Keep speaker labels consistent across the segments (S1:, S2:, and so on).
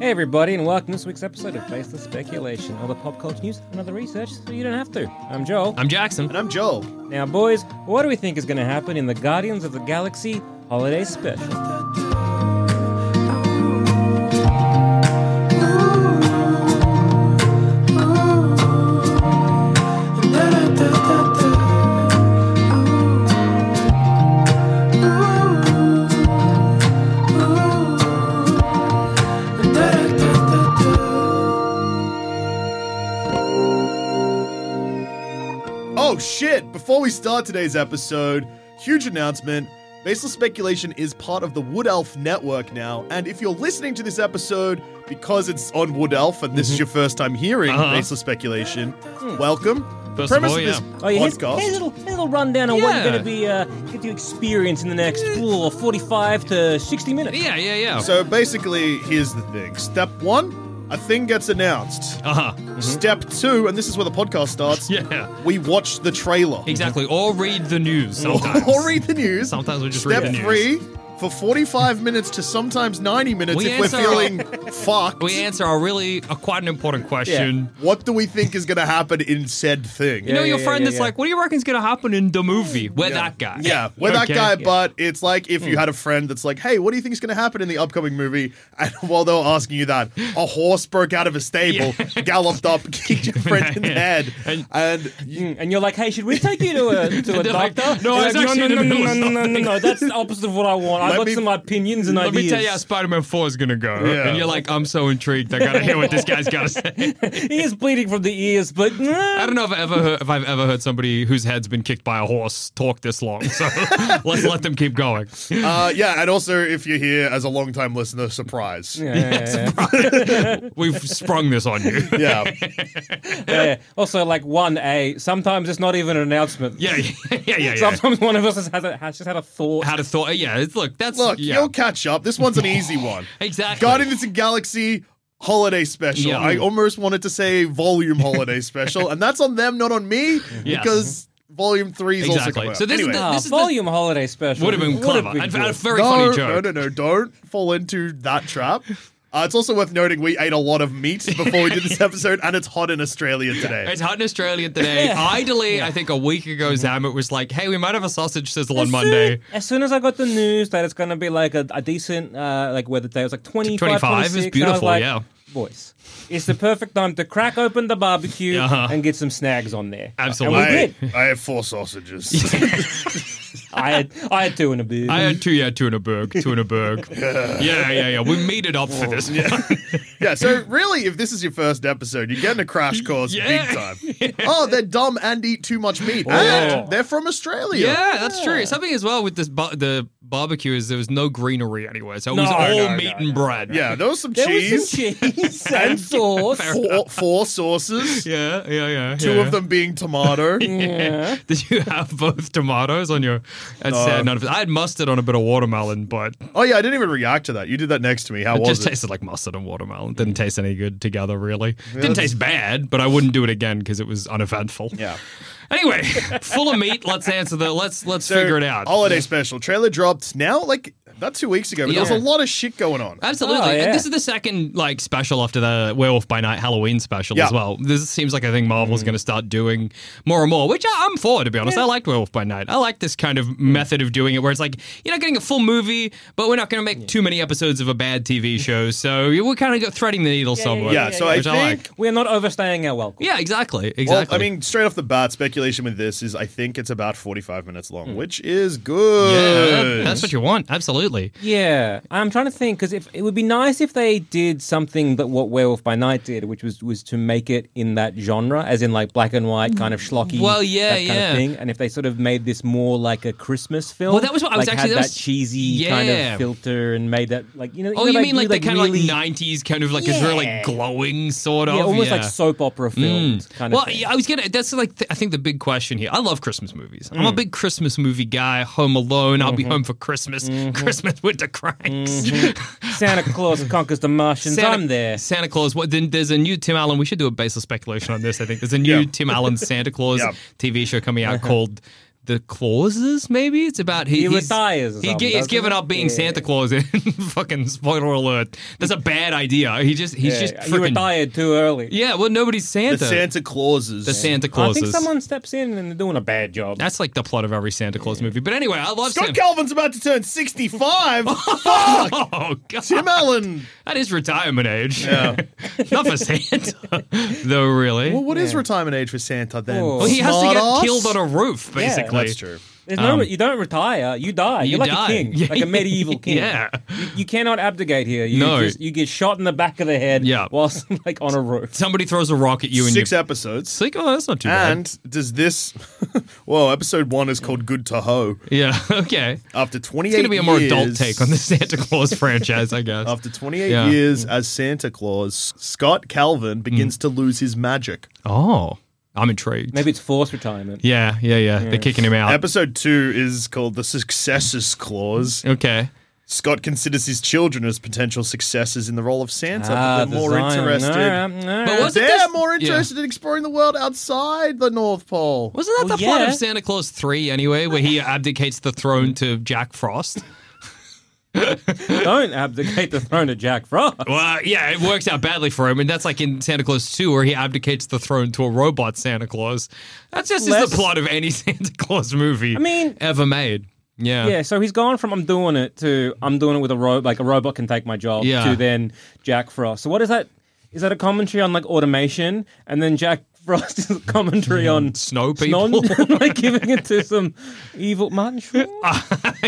S1: Hey, everybody, and welcome to this week's episode of Baseless Speculation, all the pop culture news and other research so you don't have to. I'm Joel.
S2: I'm Jackson.
S3: And I'm Joel.
S1: Now, boys, what do we think is going to happen in the Guardians of the Galaxy Holiday Special?
S3: Oh shit! Before we start today's episode, huge announcement. Baseless Speculation is part of the Wood Elf Network now, and if you're listening to this episode because it's on Wood Elf and this is your first time hearing
S2: Mm-hmm. Uh-huh. Hmm.
S3: Baseless Speculation, welcome.
S2: First
S3: the
S2: of
S3: premise
S2: all,
S3: of this
S2: yeah.
S1: Oh, yeah, here's,
S3: podcast.
S1: here's a little, here's a little rundown on what you're
S2: Yeah.
S1: going to be uh, get to experience in the next ooh, 45 to 60 minutes.
S2: Yeah, yeah, yeah.
S3: So basically, here's the thing. Step one, a thing gets announced.
S2: uh-huh.
S3: Step two, and this is where the podcast starts.
S2: Yeah.
S3: We watch the trailer.
S2: Exactly. Or read the news sometimes.
S3: or read the news.
S2: Sometimes we just
S3: Step
S2: read the news.
S3: three, for 45 minutes to sometimes 90 minutes
S2: We
S3: if we're
S2: answer our-
S3: feeling fucked.
S2: We answer a really a quite an important question.
S3: what do we think is going to happen in said thing?
S2: You know
S1: Yeah,
S2: your
S1: yeah,
S2: friend
S1: yeah,
S2: that's
S1: yeah.
S2: like, what do you reckon's gonna happen in the movie? We're that guy.
S3: Yeah, we're that
S2: Okay. Hmm.
S3: guy, but it's like if you had a friend that's like, hey, what do you think is going to happen in the upcoming movie? And while they were asking you that, a horse broke out of a stable, galloped up, kicked your friend in the head.
S2: And-
S3: And you,
S1: Mm, And you're like, hey, should we take you to a, to a
S2: they're
S1: doctor?
S2: like, "No,
S1: You're
S2: I was
S1: like,
S2: actually in
S1: no,
S2: the
S1: no,
S2: middle
S1: no,
S2: of
S1: no, no, no,
S2: something."
S1: no, that's the opposite of what I want. I've
S3: Let
S1: got
S3: me-
S1: some opinions and
S2: Let
S1: ideas.
S2: me tell you how Spider-Man 4 is gonna go.
S3: Yeah.
S2: And you're like, I'm so intrigued. I gotta hear what this guy's gotta say.
S1: He is bleeding from the ears, but
S2: I don't know if I ever heard, if I've ever heard somebody whose head's been kicked by a horse talk this long. So let's let them keep going.
S3: uh, yeah, and also if you're here as a longtime listener, surprise.
S1: Yeah, yeah, yeah, yeah.
S2: We've sprung this on you.
S3: Yeah.
S1: Yeah, yeah. Also, like one A. Sometimes it's not even an announcement.
S2: Yeah, yeah, yeah, yeah. yeah.
S1: Sometimes one of us has, had a, has just had a thought.
S2: Had a thought. Yeah, it's, look, that's
S3: Look,
S2: yeah.
S3: you'll catch up. This one's an easy one.
S2: Exactly.
S3: Guardians of the Galaxy holiday special.
S2: Yeah.
S3: I almost wanted to say volume holiday special, and that's on them, not on me,
S2: Yes.
S3: because volume three is also
S2: Exactly.
S3: coming out.
S2: So this is
S3: anyway,
S2: the-
S1: Ah,
S2: this is
S1: volume holiday special
S2: Would have been
S1: Would've
S2: clever.
S1: been
S2: And,
S1: good.
S2: and a very
S3: no,
S2: funny
S3: no,
S2: joke.
S3: no, no, don't fall into that trap. Uh, it's also worth noting we ate a lot of meat before we did this episode, and it's hot in Australia today.
S2: It's hot in Australia today.
S1: Yeah.
S2: Idly, I think a week ago, Zamet was like, hey, we might have a sausage sizzle on
S1: As
S2: Monday.
S1: Soon, as soon as I got the news that it's going to be like a, a decent uh, like weather day, it was like 25,
S2: 25 is
S1: 26, and I was
S2: beautiful,
S1: like,
S2: yeah.
S1: Boys, it's the perfect time to crack open the barbecue
S2: Uh-huh.
S1: and get some snags on there.
S2: Absolutely.
S1: And we
S3: I,
S1: did.
S3: I have four sausages.
S1: I had, I had two and a beer.
S2: I had two, yeah, two and a burg, two and a burg. yeah, yeah, yeah. We meted up for this. Yeah.
S3: Yeah, so really, if this is your first episode, you're getting a crash course
S2: Yeah. Oh.
S3: big time. Oh, they're dumb and eat too much meat. And they're from Australia.
S2: that's true. Something as well with this bu- the barbecue is there was no greenery anywhere, so it
S1: No,
S2: was all
S1: no,
S2: meat
S1: no,
S2: and bread.
S3: Yeah, there was some
S1: there
S3: cheese.
S1: was some cheese and sauce.
S3: four, four sauces,
S2: yeah, yeah, yeah.
S3: two
S2: yeah.
S3: of them being tomato.
S1: Yeah.
S2: Did you have both tomatoes on your? That's sad. None of it. I had mustard on a bit of watermelon, but
S3: oh yeah, I didn't even react to that. You did that next to me. How
S2: it
S3: was
S2: just
S3: it?
S2: tasted like mustard and watermelon. Didn't
S3: Mm.
S2: taste any good together, really. Didn't taste bad, but I wouldn't do it again because it was uneventful.
S3: yeah,
S2: Anyway, full of meat. Let's answer the. Let's let's
S3: So,
S2: figure it out.
S3: Holiday special trailer dropped now, like not two weeks ago, but there
S2: Yeah.
S3: was a lot of shit going on.
S2: Absolutely.
S1: Oh, yeah.
S2: And this is the second like special after the Werewolf by Night Halloween special
S3: Yeah. Mm.
S2: as well. This seems like a thing Marvel's going to start doing more and more, which I, I'm for to be honest. I liked Werewolf by Night. I like this kind
S3: Mm.
S2: of method of doing it where it's like you're not getting a full movie, but we're not going to make too many episodes of a bad TV show. So we're kind of threading the needle somewhere.
S3: yeah, so I
S2: which
S3: think-
S2: like.
S1: We're not overstaying our welcome.
S2: Yeah, exactly. Exactly.
S3: Well, I mean, straight off the bat, speculation with this is I think it's about 45 minutes long, which is good.
S2: Hmm. yeah, that's what you want. Absolutely.
S1: Yeah, I'm trying to think because if it would be nice if they did something that what Werewolf by Night did, which was was to make it in that genre, as in like black and white, kind of schlocky.
S2: Well, yeah,
S1: that kind
S2: yeah.
S1: Of thing. And if they sort of made this more like a Christmas film,
S2: Well, that was what I was
S1: like,
S2: actually-
S1: had
S2: that
S1: that,
S2: was-
S1: cheesy kind
S2: Yeah.
S1: of filter and made that like you know.
S2: Oh,
S1: know,
S2: you
S1: they
S2: mean
S1: do,
S2: like the kind of
S1: really-
S2: like 90s kind of like it's really
S1: Yeah.
S2: like glowing sort of.
S1: yeah, almost like
S2: yeah. Mm. Hmm.
S1: soap opera filmed kind
S2: well,
S1: of. thing.
S2: yeah, I was gonna. That's like th- I think the big question here. I love Christmas movies.
S3: Hmm.
S2: I'm a big Christmas movie guy. Home Alone. I'll be
S1: Mm-hmm.
S2: home for Christmas. Christmas with the Cranks.
S1: Santa Claus conquers the Martians.
S2: Santa,
S1: I'm there.
S2: Santa Claus. What? Then there's a new Tim Allen. We should do a baseless speculation on this. I think there's a new
S3: Yeah.
S2: Tim Allen Santa Claus
S3: Yeah.
S2: TV show coming out called. the clauses. Maybe it's about he,
S1: Uh-huh. He
S2: he's-
S1: retires or
S2: He,
S1: something,
S2: gi- he's
S1: doesn't
S2: given
S1: he?
S2: up being
S1: Yeah.
S2: Santa Claus. In fucking spoiler alert, that's a bad idea. He just he's
S1: Yeah,
S2: just
S1: you
S2: freaking
S1: retired too early.
S2: yeah. Well, nobody's
S3: The
S2: Santa.
S3: Santa Clauses.
S2: The Santa
S1: I
S2: Clauses.
S1: think someone steps in and they're doing a bad job.
S2: That's like the plot of every Santa Claus movie. But anyway, I love
S3: Scott
S2: Santa.
S3: Calvin's about to turn 65. Fuck!
S2: Oh God,
S3: Tim Allen.
S2: that is retirement age. Not for Santa, though. Really.
S3: Well, what is retirement age for Santa then?
S1: Well,
S2: Well, he has to get
S3: Smartass?
S2: killed on a roof,
S1: Yeah.
S2: basically.
S3: That's true.
S1: There's no, you don't retire. Um, You die.
S2: You
S1: You're like
S2: die.
S1: a king,
S2: Yeah.
S1: like a medieval king.
S2: Yeah.
S1: You, you cannot abdicate here. You
S2: No.
S1: just you get shot in the back of the head.
S2: Yeah.
S1: Whilst like on a roof.
S2: Somebody throws a rock at you and
S3: Six
S2: you.
S3: episodes.
S2: It's like, oh, that's not too bad.
S3: And does this. Well, episode one is called Good to Ho.
S2: Yeah, okay.
S3: After 28
S2: It's going to be a more adult
S3: years-
S2: take on the Santa Claus franchise, I guess.
S3: After 28
S2: Yeah. Mm.
S3: years as Santa Claus, Scott Calvin begins to lose his magic.
S2: Oh, I'm intrigued.
S1: Maybe it's forced retirement.
S2: Yeah, yeah, yeah. They're kicking him out.
S3: Episode two is called The Successes Clause.
S2: okay.
S3: Scott considers his children as potential successors in the role of Santa,
S1: Ah,
S3: but they're more
S1: design.
S3: interested.
S1: Alright, alright.
S2: But wasn't
S3: They're
S2: this-
S3: more
S2: yeah.
S3: interested in exploring the world outside the North Pole.
S2: Wasn't that
S1: Well,
S2: the plot
S1: Oh, yeah.
S2: of Santa Claus 3 anyway, where he abdicates the throne to Jack Frost?
S1: don't abdicate the throne to Jack Frost.
S2: Well, uh, yeah, it works out badly for him. And that's like in Santa Claus 2, where he abdicates the throne to a robot Santa Claus. That's just is
S1: Less-
S2: the plot of any Santa Claus movie I
S1: mean-
S2: ever made. Yeah.
S1: Yeah, so he's gone from I'm doing it to I'm doing it with a robot, like a robot can take my job,
S2: Yeah.
S1: to then Jack Frost. So what is that? Is that a commentary on like automation? And then Jack Frost is a commentary on
S2: Snow people.
S1: Snon- like giving it to some evil Martin Short.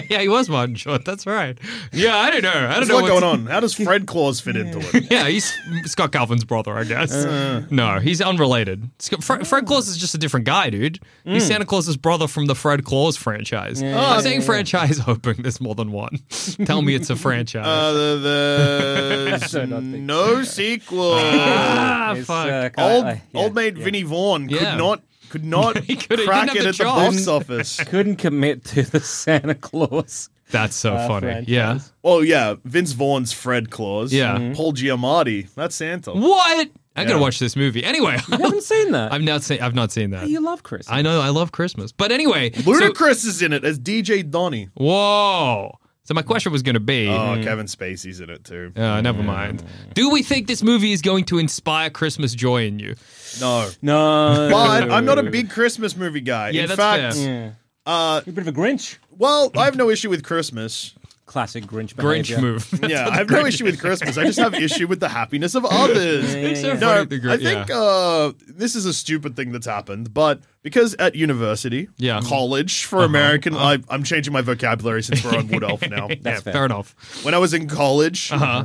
S2: yeah, he was Martin Short. That's right. Yeah, I don't know. I don't
S3: What's
S2: know
S3: what going
S2: what's-
S3: on? How does Fred Claus fit into it?
S2: Yeah, he's Scott Calvin's brother, I guess.
S3: Uh.
S2: no, he's unrelated. Sc- Fre- Fred Claus is just a different guy, dude.
S3: Mm.
S2: He's Santa Claus's brother from the Fred Claus franchise. I'm saying franchise, hoping there's more than one. Tell me it's a franchise.
S3: Uh, the,
S1: That's
S3: the
S1: what I think.
S3: no sequel.
S2: ah,
S1: It's,
S2: fuck.
S1: uh, kinda-
S3: old
S1: uh, yeah,
S3: old mate Vinnie Vaughn could
S2: Yeah.
S3: not could not
S2: He couldn't- he
S3: crack it
S2: didn't have
S3: at
S2: the
S3: the
S2: chops.
S3: box office.
S1: couldn't commit to the Santa Claus.
S2: That's so
S1: uh,
S2: funny.
S1: franchise.
S2: Yeah.
S3: Oh yeah, Vince Vaughn's Fred Claus.
S2: Yeah. Mhm.
S3: Paul Giamatti. That's Santa.
S2: What? I
S3: Yeah.
S2: gotta watch this movie. Anyway,
S1: You haven't seen that.
S2: I've not seen. I've not seen that.
S1: you love Chris.
S2: I know. I love Christmas, but anyway. so-
S3: Ludacris is in it as DJ Donny.
S2: whoa. So my question was going to be.
S3: Oh, Kevin Spacey's in it too.
S2: Uh, never mind. Do we think this movie is going to inspire Christmas joy in you?
S3: No.
S1: no,
S3: But I'm not a big Christmas movie guy.
S2: Yeah,
S3: in
S2: that's
S3: fact,
S2: fair.
S1: Yeah.
S3: uh,
S1: You're a bit of a Grinch.
S3: well, I have no issue with Christmas.
S1: Classic Grinch.
S2: Grinch
S1: behavior.
S2: move.
S3: yeah, I have no issue with Christmas. I just have issue with the happiness of others.
S2: It's so
S3: No,
S2: funny, the Grinch-
S3: I think
S2: yeah.
S3: uh, this is a stupid thing that's happened, but because at university,
S1: Mm-hmm.
S2: Yeah.
S3: college
S1: Uh-huh.
S3: for American, I, I'm changing my vocabulary since we're on Wood Elf now.
S2: Yeah,
S1: fair. Uh-huh.
S2: fair enough.
S3: When I was in college,
S2: Uh-huh.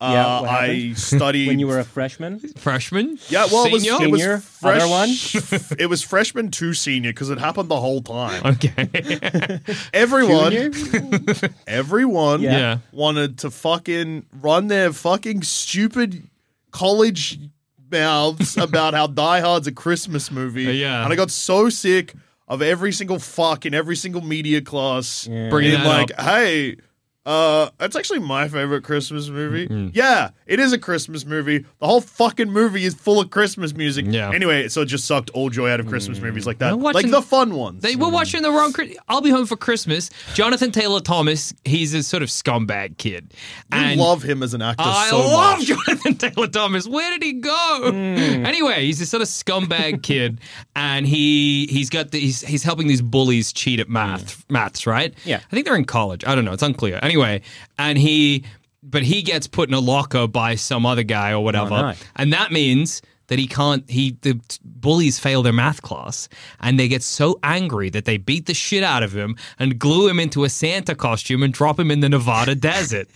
S3: uh
S1: Yeah, what
S3: I
S1: happened?
S3: studied.
S1: When you were a freshman,
S2: Freshman?
S3: yeah, well, it was,
S2: Senior?
S3: it was
S1: Senior?
S3: fresh,
S1: Other one?
S3: it was freshman to senior because it happened the whole time.
S2: Okay.
S3: Everyone,
S1: Junior?
S3: everyone
S1: Yeah.
S2: yeah.
S3: wanted to fucking run their fucking stupid college mouths about how Die Hard's a Christmas movie.
S2: Uh, Yeah.
S3: And I got so sick of every single fuck in every single media class. Yeah.
S2: Bringing that
S3: like,
S2: up.
S3: hey, uh, that's actually my favorite Christmas movie.
S2: Mm-hmm.
S3: Yeah, it is a Christmas movie. The whole fucking movie is full of Christmas music.
S2: Yeah.
S3: Anyway, so it just sucked all joy out of
S1: Mm.
S3: Christmas movies like that.
S2: Now watching-
S3: like the fun ones.
S2: They were watching the wrong. Chri- I'll be home for Christmas. Jonathan Taylor Thomas. He's a sort of scumbag kid.
S3: I
S2: and
S3: love him as an actor
S2: I
S3: so
S2: love
S3: much. Hmm.
S2: Jonathan Taylor Thomas. Where did he go? Anyway, he's this sort of scumbag kid, and he he's got the, he's he's helping these bullies cheat at math
S3: Hmm.
S2: maths, right?
S1: Yeah.
S2: I think they're in college. I don't know. It's unclear. Anyway, and he but he gets put in a locker by some other guy or whatever,
S1: no.
S2: and that means. That he can't, he the bullies fail their math class, and they get so angry that they beat the shit out of him and glue him into a Santa costume and drop him in the Nevada desert.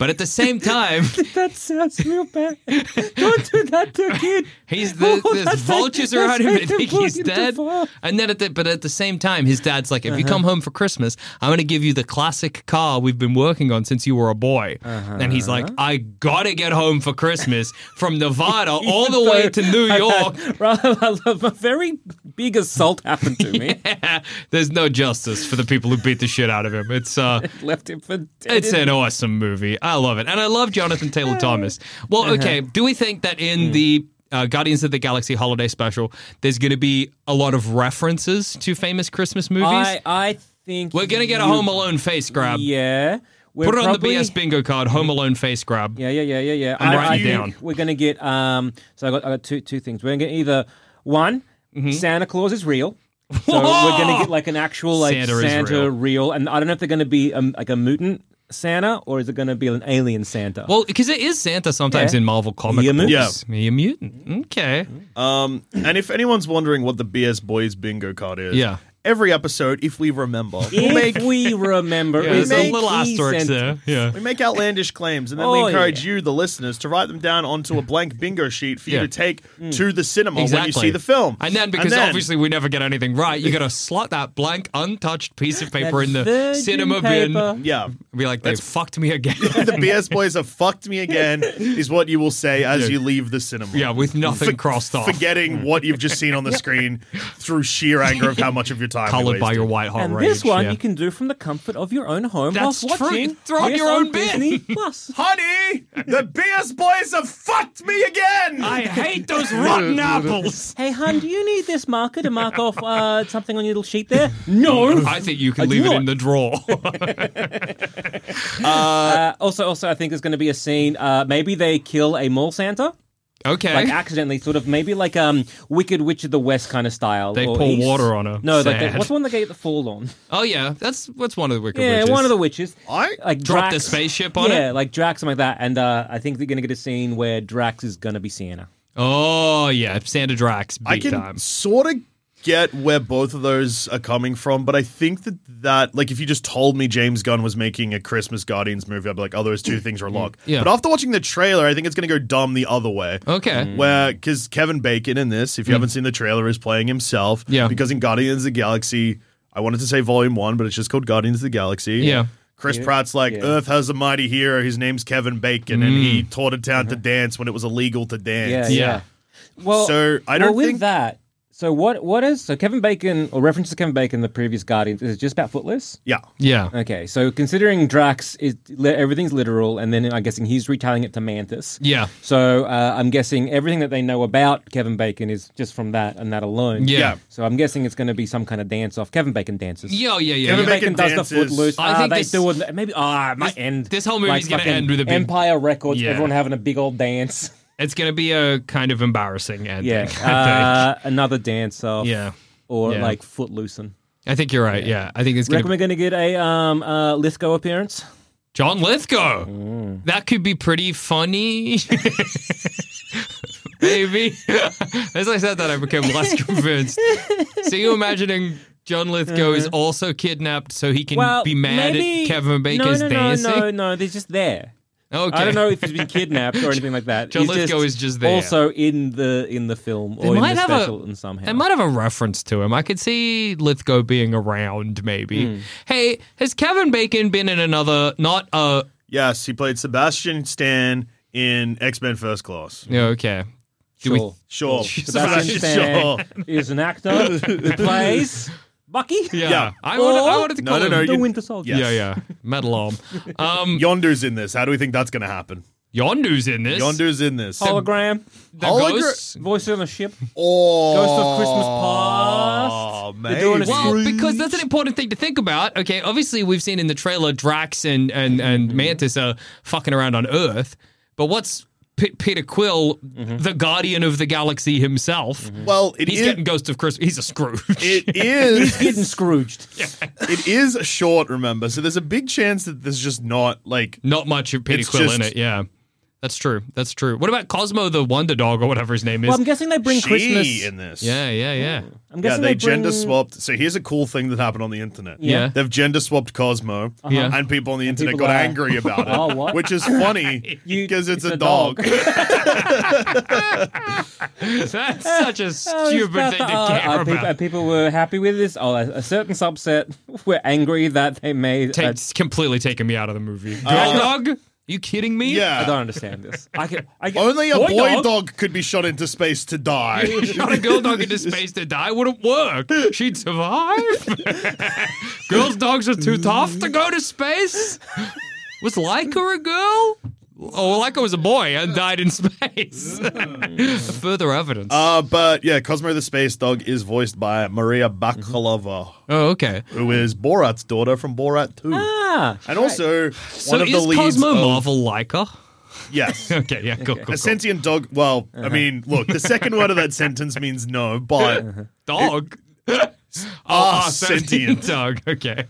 S2: But at the same time,
S1: that sounds real bad. Don't do that to a kid.
S2: He's the,
S1: Oh,
S2: there's
S1: that's
S2: vultures
S1: like-
S2: around
S1: that's
S2: him. They
S1: like
S2: think
S1: the
S2: he's
S1: fucking
S2: dead.
S1: devil.
S2: And then at the but at the same time, his dad's like, if you
S1: Uh-huh.
S2: come home for Christmas, I'm going to give you the classic car we've been working on since you were a boy. And he's like,
S1: Uh-huh.
S2: I gotta get home for Christmas from Nevada all the way to New York.
S1: Rather, a very big assault happened to me.
S2: There's no justice for the people who beat the shit out of him. It's uh,
S1: Left him for dead.
S2: It's an
S1: Uh-huh. Hmm.
S2: awesome movie. I love it. And I love Jonathan Taylor Thomas. Well, okay, do we think that in the uh, Guardians of the Galaxy Holiday Special, there's going to be a lot of references to famous Christmas movies.
S1: I, I think
S2: We're going to get a
S1: you-
S2: Home Alone face grab.
S1: Yeah, We're
S2: Put it on the
S1: probably- Mm-hmm.
S2: BS bingo card, Home Alone face grab.
S1: Yeah, yeah, yeah, yeah, yeah.
S2: I'm
S1: I,
S2: writing
S1: I
S2: it
S1: think
S2: down.
S1: We're gonna get um. So I got I got two two things. We're gonna get either one,
S2: Mm-hmm.
S1: Santa Claus is real. So we're gonna get like an actual like
S2: Santa is
S1: Santa,
S2: real.
S1: real. and I don't know if they're gonna be um, like a mutant Santa or is it gonna be an alien Santa?
S2: Well, because it is Santa sometimes
S1: Yeah.
S2: in Marvel comic
S1: He a
S2: books.
S1: mutant.
S2: Yeah. He a mutant. Okay.
S3: Um, and if anyone's wondering what the BS Boys bingo card is,
S2: Yeah.
S3: every episode, if we remember, we'll
S1: if
S3: make,
S1: we remember,
S2: Yeah,
S1: we
S2: there's a
S1: make
S2: little
S1: E
S2: asterisk
S1: Santa-
S2: there. Yeah.
S3: we make outlandish claims, and then
S1: Oh,
S3: we encourage
S1: yeah.
S3: you, the listeners, to write them down onto a blank bingo sheet for you
S2: Yeah. Mm.
S3: to take to the cinema when you
S2: Exactly.
S3: see the film.
S2: And then, because obviously we never get anything right, you got to slot that blank, untouched piece of paper in the
S1: virgin
S2: cinema
S1: paper.
S2: bin.
S3: yeah.
S2: Be like, they fucked me again.
S3: the BS boys have fucked me again is what you will say as you leave the cinema.
S2: yeah, with nothing
S3: For-
S2: crossed off,
S3: Forgetting what you've just seen on the screen through sheer anger of how much of your time we
S2: colored by
S3: wasted.
S2: your white hot
S1: And
S2: rage.
S1: this one
S2: yeah.
S1: you can do from the comfort of your own home
S2: That's
S1: whilst
S2: true.
S1: watching.
S2: Throw up
S1: this
S2: your own
S1: on
S2: bin.
S1: Disney Plus.
S3: Honey, the BS boys have fucked me again.
S2: I hate those rotten apples.
S1: Hey, hon, do you need this marker to mark off uh, something on your little sheet there? No.
S2: I think you can
S1: I do
S2: leave it
S1: not.
S2: in the drawer.
S1: Uh, also, also, I think there's going to be a scene. Uh, maybe they kill a mall Santa,
S2: okay.
S1: like accidentally, sort of maybe like um Wicked Witch of the West kind of style.
S2: They
S1: or
S2: pour
S1: East.
S2: water on her.
S1: No, like
S2: Sad.
S1: the, what's the one that they get the fall on?
S2: oh yeah, that's what's one of the wicked
S1: Yeah,
S2: witches.
S1: one of the witches.
S3: I-
S1: like
S2: Drop
S1: Drax,
S2: the spaceship on
S1: yeah,
S2: it?
S1: like Drax, something like that. And uh, I think they're going to get a scene where Drax is going to be Santa.
S2: Oh yeah, Santa Drax. Big
S3: I can
S2: time.
S3: sort of get where both of those are coming from, but I think that that like if you just told me James Gunn was making a Christmas Guardians movie, I'd be like, oh, those two things are a lock.
S2: Mm, Yeah. Oh.
S3: But after watching the trailer, I think it's going to go dumb the other way.
S2: Okay.
S1: Mm.
S3: Where, because Kevin Bacon in this, if you haven't seen the trailer, is playing himself.
S2: Mm. Yeah.
S3: Because in Guardians of the Galaxy, I wanted to say Volume One, but it's just called Guardians of the Galaxy.
S2: Yeah.
S3: Chris Pratt's like,
S1: Yeah.
S3: Earth has a mighty hero. His name's Kevin Bacon, and he taught a town to dance when it was illegal to
S1: Yeah,
S3: dance.
S1: Uh-huh. yeah. Well,
S3: So, I
S1: well,
S3: don't
S1: with
S3: think-
S1: that. So what? What is so Kevin Bacon or reference to Kevin Bacon in the previous Guardians? Is it just about Footless?
S3: Yeah.
S2: Yeah.
S1: Okay, so considering Drax is li- everything's literal, and then I'm guessing he's retelling it to Mantis.
S2: Yeah.
S1: So uh, I'm guessing everything that they know about Kevin Bacon is just from that and that alone.
S2: Yeah. Yeah.
S1: So I'm guessing it's going to be some kind of dance off. Kevin Bacon dances.
S2: Yeah, yeah, yeah.
S3: Kevin
S2: yeah.
S3: Bacon
S1: does the
S3: dances.
S1: footloose.
S2: I
S1: I
S2: think
S1: think they
S2: this-
S1: do it. Maybe ah, it might end.
S2: this whole movie's gonna
S1: fucking
S2: end with a big-
S1: Empire Records.
S2: Yeah.
S1: Everyone having a big old dance.
S2: It's gonna be a kind of embarrassing ending.
S1: Yeah,
S2: I
S1: uh, another dance off.
S2: think. yeah.
S1: or
S2: Yeah.
S1: like footloosing.
S2: I think you're right. Yeah. I think it's gonna
S1: Reckon
S2: be
S1: we're going to get a um, uh, Lithgow appearance.
S2: John Lithgow.
S1: Mm.
S2: That could be pretty funny. Maybe. As I said that, I became less convinced. So you imagining John Lithgow is also kidnapped so he can
S1: Uh-huh. Well,
S2: be mad
S1: maybe...
S2: at Kevin
S1: no,
S2: Bacon's
S1: no, no,
S2: dancing?
S1: no, no. They're just there.
S2: Okay.
S1: I don't know if he's been kidnapped or anything like that.
S2: John
S1: He's
S2: Lithgow
S1: just
S2: is just there.
S1: Also in the in the film
S2: They
S1: or in
S2: might
S1: the
S2: have a-
S1: special and somehow.
S2: They might have a reference to him. I could see Lithgow being around, maybe.
S1: Hmm.
S2: Hey, has Kevin Bacon been in another, not a,
S3: Yes, he played Sebastian Stan in X Men First Class.
S2: yeah, okay. Do we-
S1: Sure.
S3: Sure.
S1: Sebastian Stan is an actor who plays Bucky.
S2: Yeah.
S3: Yeah.
S2: I, wanted, I
S1: Or-
S2: wanted to
S3: No,
S2: call
S3: no,
S2: him.
S3: no,
S1: The
S3: you-
S1: Winter Soldier.
S2: Yeah, yeah. Metal arm. Um,
S3: Yondu's in this. How do we think that's going to happen?
S2: Yondu's in this.
S3: Yondu's in this.
S1: Hologram,
S2: The
S3: Hologra-
S2: ghost.
S1: voice on a ship,
S3: oh,
S1: Ghost of Christmas Past. They're
S3: Oh,
S1: doing a
S3: maybe.
S2: Well, because that's an important thing to think about. Okay, obviously we've seen in the trailer Drax and and, and Mantis are fucking around on Earth, but what's P- Peter Quill, the Guardian of the Galaxy himself?
S3: Well, Mm-hmm. it
S2: He's
S3: is-
S2: getting Ghost of Christmas. He's a Scrooge.
S3: It is.
S1: getting Scrooged.
S3: it is short. Remember, so there's a big chance that there's just not like.
S2: Not much of Peter
S3: It's
S2: Quill in
S3: just-
S2: it. Yeah, that's true. That's true. What about Cosmo the Wonder Dog or whatever his name is?
S1: Well, I'm guessing they bring
S3: she
S1: Christmas.
S3: in this.
S2: yeah, yeah, yeah.
S1: I'm
S3: Yeah,
S1: guessing
S3: they
S1: bring-
S3: gender swapped. So here's a cool thing that happened on the internet.
S2: Yeah.
S3: They've gender swapped Cosmo,
S2: Yeah.
S3: and people on the internet
S1: people are-
S3: got angry about it,
S1: Oh, what?
S3: which is funny
S1: You-
S3: because it's,
S1: it's
S3: a,
S1: a
S3: dog.
S1: dog.
S2: That's such a
S1: Oh, it's
S2: stupid
S1: about
S2: thing to
S1: the- uh,
S2: care
S1: uh,
S2: about.
S1: peop- uh, people were happy with this. Oh, a, a certain subset were angry that they made.
S2: Take-
S1: a-
S2: completely taken me out of the movie. dog? You kidding me?
S1: I
S3: Uh, yeah,
S1: don't understand this. I can, I can,
S3: only a
S2: Boy
S3: boy,
S2: dog?
S3: dog? could be shot into space to die.
S2: Shot a girl dog into space to die wouldn't work. She'd survive. Girls' dogs are too tough to go to space. Was Laika a girl? Oh, like I was a boy and died in space. Further evidence.
S3: Uh, but yeah, Cosmo the Space Dog is voiced by Maria Bakalova,
S2: oh, okay.
S3: who is Borat's daughter from Borat 2.
S1: Ah,
S3: and also
S2: So
S3: one of the
S2: is
S3: leads
S2: Cosmo
S3: of-
S2: Marvel like her?
S3: Yes.
S2: Okay, yeah, cool, cool,
S3: A
S2: cool.
S3: sentient dog. Well, I mean, look, the second word of that sentence means no, but
S2: dog.
S3: Ah,
S2: Ah, sentient dog. Okay.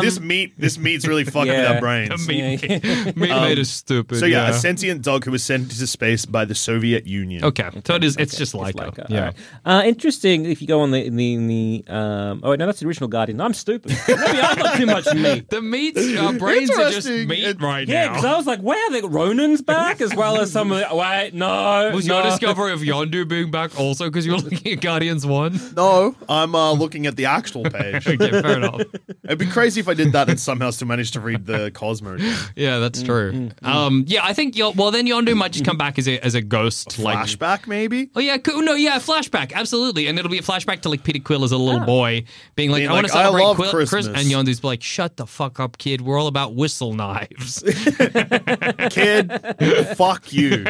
S3: this meat, this meat's really fucking with
S1: Um, yeah.
S3: our
S2: The
S3: brains.
S2: meat uh,
S1: Yeah.
S2: meat made us stupid.
S3: Um, So yeah, a sentient dog who was sent into space by the Soviet Union.
S2: Okay, so it is. It's just like,
S1: like
S2: her.
S1: uh,
S2: yeah.
S1: alright. Uh, interesting. If you go on the in the, in the um, oh wait, no, that's the original Guardian. I'm stupid. Maybe I've got too much meat.
S2: The meats, our brains are just
S3: Interesting.
S2: meat
S3: It-
S2: right
S1: Yeah, because I
S2: now.
S1: was like, wow, the Ronin's back as well as some of the. Wait, no.
S2: Was
S1: no.
S2: your discovery of Yondu being back also because you were looking at Guardians One?
S3: No, I'm uh, looking at the actual page.
S2: Okay, fair enough.
S3: It'd be crazy if I did that and somehow still managed to read the Cosmo.
S2: Yeah, that's
S3: Mm,
S2: true. Um, yeah, I think Yon- well, then Yondu might just come back as a as a ghost, like
S3: Flashback, maybe.
S2: Oh yeah, cool. No, yeah, flashback, absolutely, and it'll be a flashback to like Peter Quill as a little boy being like,
S3: Ah. Being
S2: "I want to
S3: like, "I
S2: celebrate
S3: love
S2: Quill,
S3: Christmas."
S2: and Yondu's be like, "Shut the fuck up, kid. We're all about whistle knives."
S3: Kid, fuck you.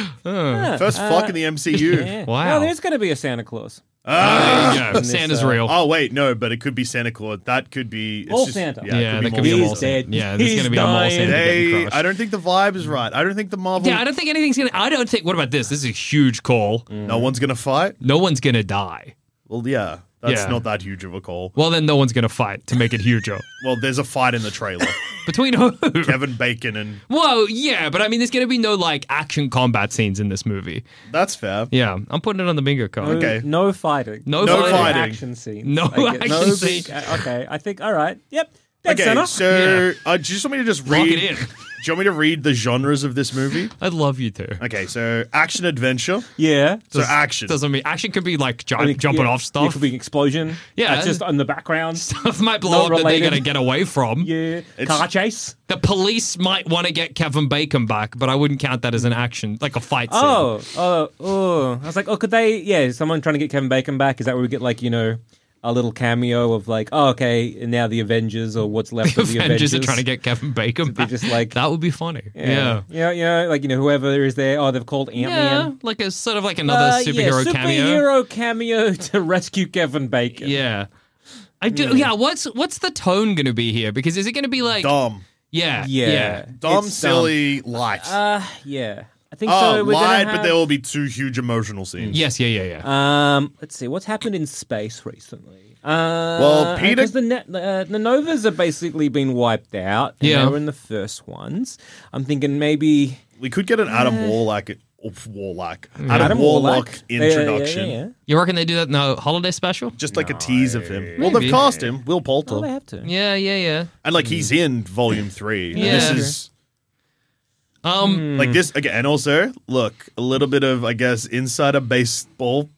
S3: First fuck in the MCU.
S1: Uh, Yeah.
S2: Wow.
S1: No, there's going to be a Santa Claus.
S2: yeah,
S1: this,
S2: Santa's
S1: uh,
S2: real.
S3: Oh wait, no, but it could be Santa Claus. That could be it's
S1: All
S3: just-
S1: Santa.
S3: Yeah,
S2: yeah,
S3: it
S2: that
S3: could
S2: could
S3: be
S2: be a
S3: more
S1: He's
S2: mall
S3: Santa.
S2: Santa.
S1: dead.
S2: Yeah, there's
S1: He's
S2: gonna be a mall
S1: dying.
S2: Santa getting
S3: They,
S2: crushed.
S3: I don't think the vibe is right. I don't think the Marvel.
S2: yeah, I don't think anything's gonna. I don't think. What about this? This is a huge call.
S3: no one's gonna fight.
S2: No one's gonna die.
S3: Well, yeah, that's
S2: Yeah.
S3: not that huge of a call.
S2: Well, then no one's gonna fight to make it huger.
S3: Well, there's a fight in the trailer.
S2: Between who?
S3: Kevin Bacon and
S2: Whoa, yeah, but I mean, there's gonna be no like action combat scenes in this movie.
S3: that's fair.
S2: Yeah, I'm putting it on the bingo card.
S1: No-
S3: Okay.
S1: No fighting.
S2: No No fighting.
S3: fighting.
S1: Action scene.
S2: No action
S1: no big-
S2: scene.
S1: uh, okay, I think, all right. Yep. That's
S3: okay,
S1: Santa.
S3: so uh, do you just want me to just
S2: Lock
S3: read?
S2: it in.
S3: Do you want me to read the genres of this movie?
S2: I'd love you to.
S3: Okay, so action adventure.
S1: yeah.
S3: So
S2: Does-
S3: action.
S2: Doesn't mean action could be like ju-
S1: I mean,
S2: jumping
S1: yeah,
S2: off
S1: It
S2: stuff.
S1: could be an explosion.
S2: Yeah.
S1: That's just in the background.
S2: stuff might blow
S1: Not
S2: up that they're
S1: related.
S2: gonna get away from.
S1: Yeah.
S3: It's-
S1: Car chase.
S2: The police might want to get Kevin Bacon back, but I wouldn't count that as an action, like a fight scene.
S1: Oh, oh, oh. I was like, oh, could they? Yeah, someone trying to get Kevin Bacon back. Is that where we get, like, you know, a little cameo of, like, oh, okay, and now the Avengers or what's left of the
S2: Avengers
S1: Avengers
S2: are trying to get Kevin Bacon back.
S1: just like-
S2: that would be funny. Yeah.
S1: Yeah, yeah, like, you know, whoever is there. Oh, they've called Ant
S2: Yeah,
S1: Man.
S2: like a sort of like another
S1: Uh,
S2: superhero
S1: yeah,
S2: cameo.
S1: Superhero cameo to rescue Kevin Bacon.
S2: Yeah. I do. Yeah. What's what's the tone going to be here? Because is it going to be like
S3: dumb,
S2: yeah,
S1: Yeah.
S3: dumb,
S1: It's
S3: silly, light.
S1: Uh, yeah. I think
S3: oh,
S1: so. We're gonna
S3: lied,
S1: have,
S3: but there will be two huge emotional scenes.
S2: Yes. Yeah. Yeah. Yeah.
S1: Um, let's see. What's happened in space recently? Uh,
S3: Well, Peter-
S1: Because the, ne- uh, the Novas have basically been wiped out. And
S2: Yeah.
S1: They were in the first ones. I'm thinking maybe.
S3: We could get an Adam Warlock. Oof, Warlock. Adam,
S1: Adam
S3: Warlock,
S1: Yeah, yeah,
S3: introduction.
S1: Yeah, yeah, yeah.
S2: you reckon they do that in the holiday special?
S3: Just like a tease of him. Well,
S2: Maybe.
S3: they've cast him, Will Poulter,
S1: Oh, they have to.
S2: Yeah. Yeah. Yeah.
S3: and like he's in Volume Three.
S2: Yeah.
S3: This is
S2: Um.
S3: like this again. And also, look, a little bit of I guess insider baseball.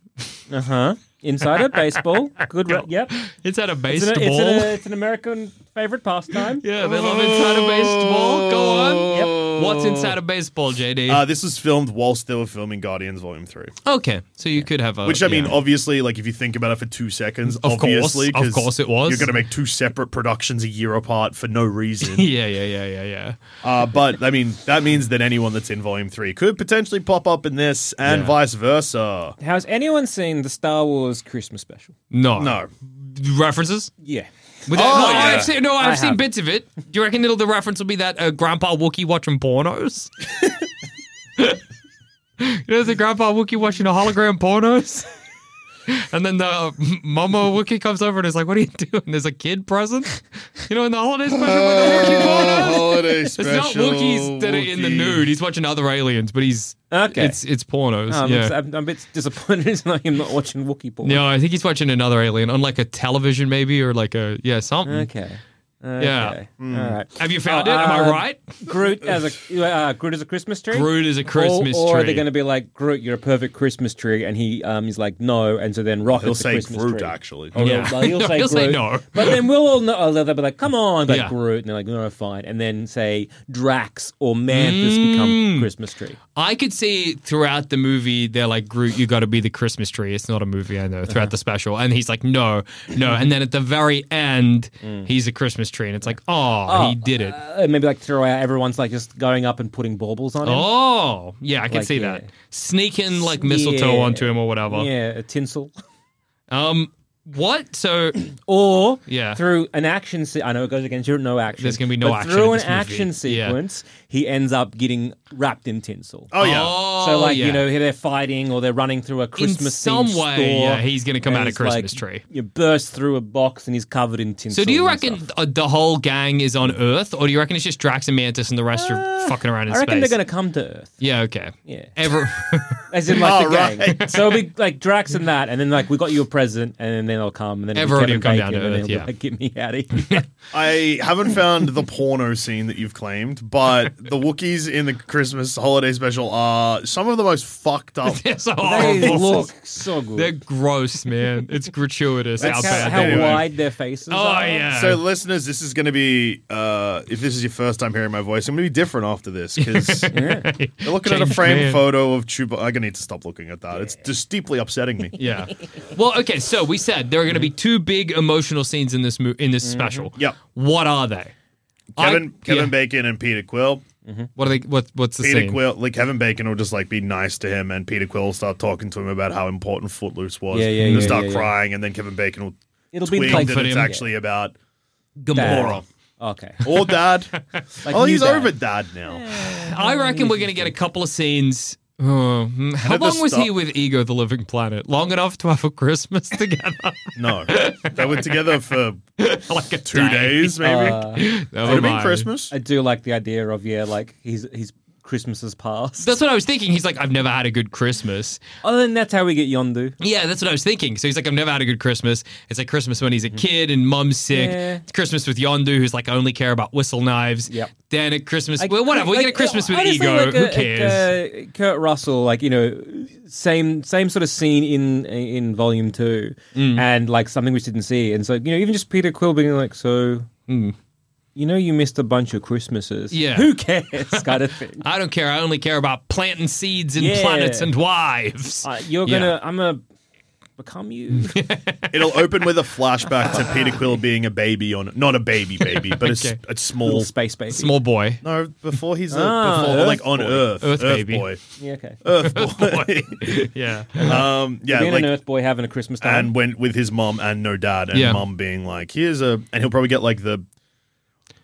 S1: Uh huh. Insider baseball. Good. Re- yep.
S2: It's at a
S1: It's
S2: baseball.
S1: an, it's, an, it's an American favorite pastime.
S2: yeah, they love inside a baseball. Go on.
S1: Yep.
S2: What's inside a baseball, JD?
S3: Uh, this was filmed whilst they were filming Guardians Volume Three,
S2: okay, so you could have a.
S3: which I mean,
S2: Oh, yeah.
S3: obviously, like if you think about it for two seconds,
S2: Of course,
S3: obviously,
S2: of
S3: 'cause
S2: course it was.
S3: You're going to make two separate productions a year apart for no reason.
S2: yeah, yeah, yeah, yeah, yeah.
S3: Uh, but I mean, that means that anyone that's in Volume Three could potentially pop up in this, and
S2: Yeah.
S3: vice versa.
S1: Has anyone seen the Star Wars Christmas special?
S2: No,
S3: No,
S2: references.
S1: Yeah.
S2: With that-
S3: Oh,
S2: no,
S3: yeah.
S2: I've seen, no, I've
S1: I
S2: seen
S1: have.
S2: bits of it. Do you reckon it'll, the reference will be that uh, Grandpa Wookie watching pornos? you know, the Grandpa Wookie watching a hologram pornos? And then the uh, m- Mama Wookie comes over and is like, "What are you doing? There's a kid present, you know, in the
S1: Uh,
S2: holiday special with the Wookie pornos."
S3: holiday
S2: It's not Wookiees that are in the nude. He's watching other aliens, but he's
S1: Okay.
S2: It's it's pornos.
S1: Um,
S2: yeah.
S1: I'm, I'm a bit disappointed it's not him not watching Wookiee porn.
S2: no, I think he's watching another alien on like a television, maybe, or like a yeah something.
S1: Okay.
S2: Yeah.
S1: Okay.
S3: Hmm.
S1: All right.
S2: Have you found it? Am I
S1: Uh,
S2: right?
S1: Groot as a uh, Groot as a Christmas tree.
S2: Groot is a Christmas
S1: or, or
S2: tree.
S1: are they going to be like Groot? You're a perfect Christmas tree, and he um he's like no, and so then Rocket's
S3: He'll
S1: a
S3: say
S1: Christmas
S3: Groot,
S1: tree.
S3: actually.
S1: Or
S2: Oh, Yeah.
S1: He'll, he'll
S2: No,
S1: say
S2: he'll say
S1: Groot.
S2: no.
S1: But then we'll all know. Oh, they'll be like, "Come on!" Like
S2: Yeah. Mm.
S1: Groot, and they're like, "No, fine." And then say Drax or Mantis become Christmas tree.
S2: I could see throughout the movie they're like Groot, you got to be the Christmas tree. It's not a movie, I know. Throughout the special, and he's like, no, no, and then at the very end,
S1: Mm.
S2: he's a Christmas tree, and it's like, oh, he did it.
S1: Uh, maybe like throw out everyone's like just going up and putting baubles on him.
S2: Oh, yeah, I can
S1: Like,
S2: see
S1: yeah.
S2: that. Sneaking like mistletoe
S1: Yeah.
S2: onto him or whatever.
S1: Yeah, a tinsel.
S2: Um, what? So
S1: Or
S2: Yeah.
S1: through an action se- I know it goes against your no action.
S2: There's gonna be no
S1: but
S2: action
S1: Through
S2: in
S1: an
S2: this movie.
S1: action
S2: Yeah.
S1: sequence, he ends up getting wrapped in tinsel.
S3: Oh yeah.
S1: so like
S2: yeah.
S1: you know they're fighting or they're running through a Christmas
S2: some
S1: themed
S2: way,
S1: store,
S2: yeah, he's gonna come
S1: and
S2: out a
S1: it's, like,
S2: Christmas tree.
S1: You burst through a box and he's covered in tinsel.
S2: So do
S1: and
S2: you reckon
S1: stuff.
S2: uh, the whole gang is on Earth, or do you reckon it's just Drax and Mantis and the rest are fucking around in
S1: Uh, I reckon
S2: space?
S1: they're going to come to Earth.
S2: Yeah. Okay.
S1: Yeah.
S2: Ever.
S1: As in, like, the
S3: All
S1: gang. So it'll be like Drax and that, and then, like, we got you a present, and then they'll come, and then it'll be
S2: Everybody
S1: Kevin
S2: will come
S1: Bacon,
S2: down to
S1: and
S2: Earth,
S1: they'll be
S2: yeah.
S1: like, get me out of here.
S3: I haven't found the porno scene that you've claimed, but the Wookiees in the Christmas holiday special are some of the most fucked up.
S2: It's
S1: they
S2: horrible.
S1: look so good.
S2: They're gross, man. It's gratuitous how
S3: That's
S1: how
S2: bad
S1: how
S2: they were.
S1: wide their faces
S2: Oh
S1: are.
S2: yeah.
S3: So, listeners, this is going to be, uh, if this is your first time hearing my voice, I'm going to be different after this because they're looking at a
S2: Changed
S3: framed
S2: man.
S3: photo of Chewbacca. I'm going to need to stop looking at that. It's just deeply upsetting me.
S2: Yeah. Well, okay. So we said there are going to be two big emotional scenes in this mo- in this special.
S3: Mm-hmm. Yep.
S2: What are they?
S3: Kevin,
S2: I-
S3: Kevin
S2: yeah.
S3: Bacon and Peter Quill.
S2: What are they? What What's the
S3: Peter
S2: scene?
S3: Quill, like Kevin Bacon will just like be nice to him, and Peter Quill will start talking to him about how important Footloose was.
S1: Yeah, yeah,
S3: and he'll
S1: yeah,
S3: start
S1: yeah, yeah.
S3: crying, and then Kevin Bacon will
S1: It'll be
S3: twig
S1: like
S3: that
S2: Comfort
S3: it's
S2: him.
S3: actually about
S1: Dad.
S2: Gamora.
S3: Moron.
S1: Okay.
S3: or Uh, dad.
S1: Like
S3: oh,
S1: new
S3: he's
S1: dad.
S3: over dad now.
S2: I reckon we're going to get a couple of scenes. Oh, hmm. how
S3: at the
S2: long was he
S3: start-
S2: with Ego, the Living Planet? Long enough to have a Christmas together,
S3: No, they were together for
S2: like a
S3: two days, maybe.
S1: Uh,
S2: Never
S3: Could have been
S2: mind.
S3: Christmas.
S1: I do like the idea of, yeah, like, he's, he's Christmas has passed.
S2: That's what I was thinking. He's like, I've never had a good Christmas.
S1: Other than that's how we get Yondu.
S2: Yeah, that's what I was thinking. So he's like, I've never had a good Christmas. It's like Christmas when he's a kid and mum's sick.
S1: Mm-hmm. Yeah.
S2: It's Christmas with Yondu, who's like, I only care about whistle knives.
S1: Yep.
S2: Then at Christmas,
S1: Like,
S2: well, whatever. we
S1: like,
S2: get a Christmas with
S1: honestly,
S2: ego.
S1: like a-
S2: Who
S1: like uh,
S2: cares?
S1: a Kurt Russell, like you know, same same sort of scene in in Volume Two,
S2: Mm.
S1: and like something we didn't see, and so you know, even just Peter Quill being like, so. You know, you missed a bunch of Christmases.
S2: Mm. Yeah.
S1: Who cares? Kind of thing.
S2: I don't care. I only care about planting seeds and
S1: Yeah.
S2: planets and wives.
S1: Uh, you're
S2: Yeah.
S1: going to, I'm going to become you.
S3: It'll open with a flashback to Peter Quill being a baby on not a baby baby, but a,
S2: Okay.
S3: s- a
S1: Little
S3: small.
S1: space baby.
S2: Small boy.
S3: No, before he's a,
S1: Ah,
S3: before
S1: Earth
S3: like on
S1: boy.
S3: Earth,
S2: Earth baby.
S3: boy,
S1: Yeah, okay.
S3: Earth boy.
S2: yeah.
S3: um, yeah,
S1: Being
S3: like,
S1: an Earth boy having a Christmas time.
S3: and went with his mom and no dad, and
S2: Yeah.
S3: mom being like, "Here's a," and he'll probably get like the.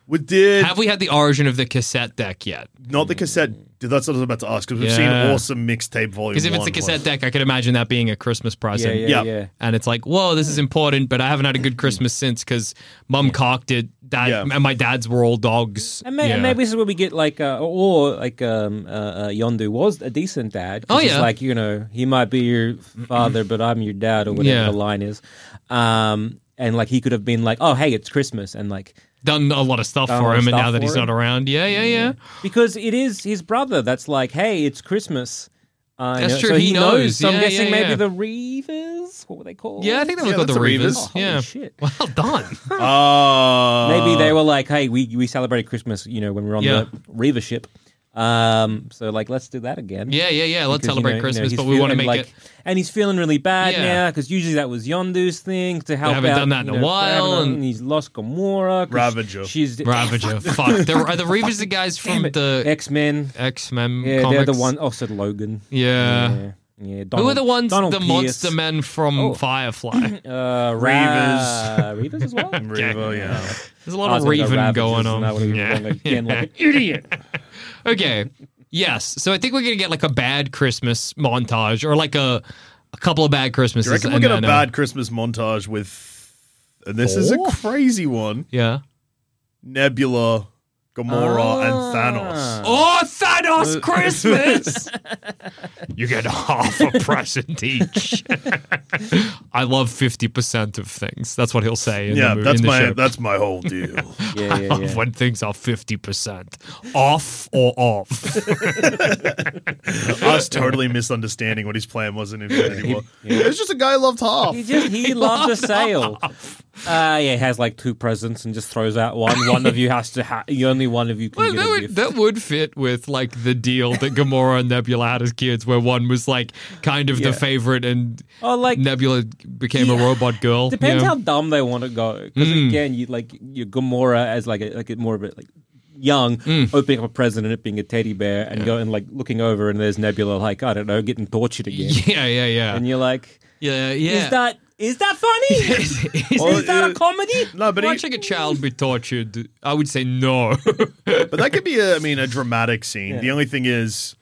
S3: We did
S2: Have we had the origin of the cassette deck yet?
S3: not the cassette. That's what I was about to ask because we've
S2: Yeah.
S3: seen awesome mixtape volume.
S2: Because if it's
S3: one,
S2: a cassette
S3: like-
S2: deck, I could imagine that being a Christmas
S1: yeah,
S2: present.
S1: yeah,
S3: yeah.
S1: yeah.
S2: and it's like, whoa, this is important, but I haven't had a good Christmas since because mum cocked it. Dad
S3: Yeah.
S2: and my dad's were all dogs.
S1: And, may,
S2: Yeah.
S1: and maybe this is where we get like, uh, or like um, uh, uh, Yondu was a decent dad. 'cause
S2: Oh,
S1: he's
S2: yeah.
S1: like you know he might be your father, but I'm your dad, or whatever
S2: Yeah.
S1: the line is. Um, and like he could have been like, oh hey, it's Christmas, and like
S2: done a lot of stuff
S1: Done a
S2: for
S1: lot
S2: him,
S1: of
S2: and
S1: stuff
S2: now that
S1: for
S2: he's
S1: him.
S2: not around, yeah, yeah, yeah.
S1: because it is his brother that's like, hey, it's Christmas. I
S2: That's
S1: know-
S2: true,
S1: So
S2: he
S1: he, knows.
S2: knows.
S1: So
S2: Yeah,
S1: I'm
S2: yeah,
S1: guessing
S2: yeah.
S1: maybe the Reavers. What were they called? Oh,
S2: Yeah, I think that was
S3: Yeah,
S2: called the
S3: that's the
S2: Reavers.
S3: Reavers.
S1: Holy
S2: yeah,
S1: shit.
S2: well done.
S3: Ah,
S1: Maybe they were like, hey, we we celebrated Christmas, you know, when we were on
S2: Uh, Yeah.
S1: the Reaver ship. Um, so like, let's do that again.
S2: yeah, yeah, yeah. Let's
S1: Because, you
S2: celebrate
S1: know- you know,
S2: Christmas,
S1: he's
S2: but we want to
S1: feeling
S2: make
S1: like,
S2: it.
S1: And he's feeling really bad
S2: Yeah.
S1: now because usually that was Yondu's thing to help.
S2: haven't
S1: out,
S2: done that in
S1: you
S2: a
S1: know, they
S2: while,
S1: haven't-
S2: and-
S1: he's lost Gamora. 'cause
S3: Ravager.
S1: She's
S2: Ravager, fuck. The, are the Reavers the guys from the
S1: X Men.
S2: X Men
S1: Yeah,
S2: comics?
S1: they're the one. Also Logan.
S2: Yeah.
S1: yeah. yeah,
S2: Who are
S1: Donald-
S2: the ones?
S1: Donald
S2: the
S1: Pierce,
S2: monster men from
S1: Oh.
S2: Firefly.
S1: Uh, Ra- Reavers as well.
S3: Reaver, yeah.
S2: There's a
S1: I
S2: lot
S1: was gonna
S2: of
S1: go
S2: Reaving
S1: Ravagers
S2: going
S1: and
S2: on.
S1: I would've been
S2: Yeah.
S1: wrong again, like an idiot.
S2: Okay. Yes. So I think we're gonna get like a bad Christmas montage or like a a couple of bad
S3: Do
S2: Christmases.
S3: you reckon we'll
S2: and
S3: get a
S2: then, uh,
S3: bad Christmas montage with? And this is a
S2: Four?
S3: crazy one:
S2: Yeah.
S3: Nebula, Gamora, and
S1: Ah.
S3: Thanos.
S2: Oh, Thanos Christmas! you get half a present each. I love fifty percent of things. That's what he'll say. In
S3: yeah,
S2: the movie,
S3: that's
S2: in the
S3: my
S2: show.
S3: that's my whole deal.
S1: Yeah, yeah, yeah.
S2: when things are fifty percent off or off.
S3: Us totally misunderstanding what his plan was in Infinity War. It was just a guy who loved half.
S1: He just he loves a sale. Uh, yeah, he has like two presents and just throws out one. One of you has to. Ha- only one of you can
S2: Well,
S1: get
S2: that
S1: a
S2: would,
S1: gift.
S2: that would fit with like the deal that Gamora and Nebula had as kids, where one was like kind of
S1: Yeah.
S2: the favorite, and
S1: Or Oh, like
S2: Nebula became a robot girl.
S1: Depends
S2: Yeah. Mm.
S1: how dumb they want to go. Because again, you like your Gamora as like a, like a more of a like young
S2: Mm.
S1: opening up a present and it being a teddy bear and going like looking over and there's Nebula like I don't know getting tortured again
S2: Yeah, yeah, yeah,
S1: and you're like
S2: yeah, yeah.
S1: is that is that funny?
S2: Is-
S3: Or-
S2: is-
S1: is that a
S3: uh,
S1: comedy?
S3: No, but he,
S2: watching a child be tortured, I would say no.
S3: But that could be, a, I mean, a dramatic scene. The only thing is,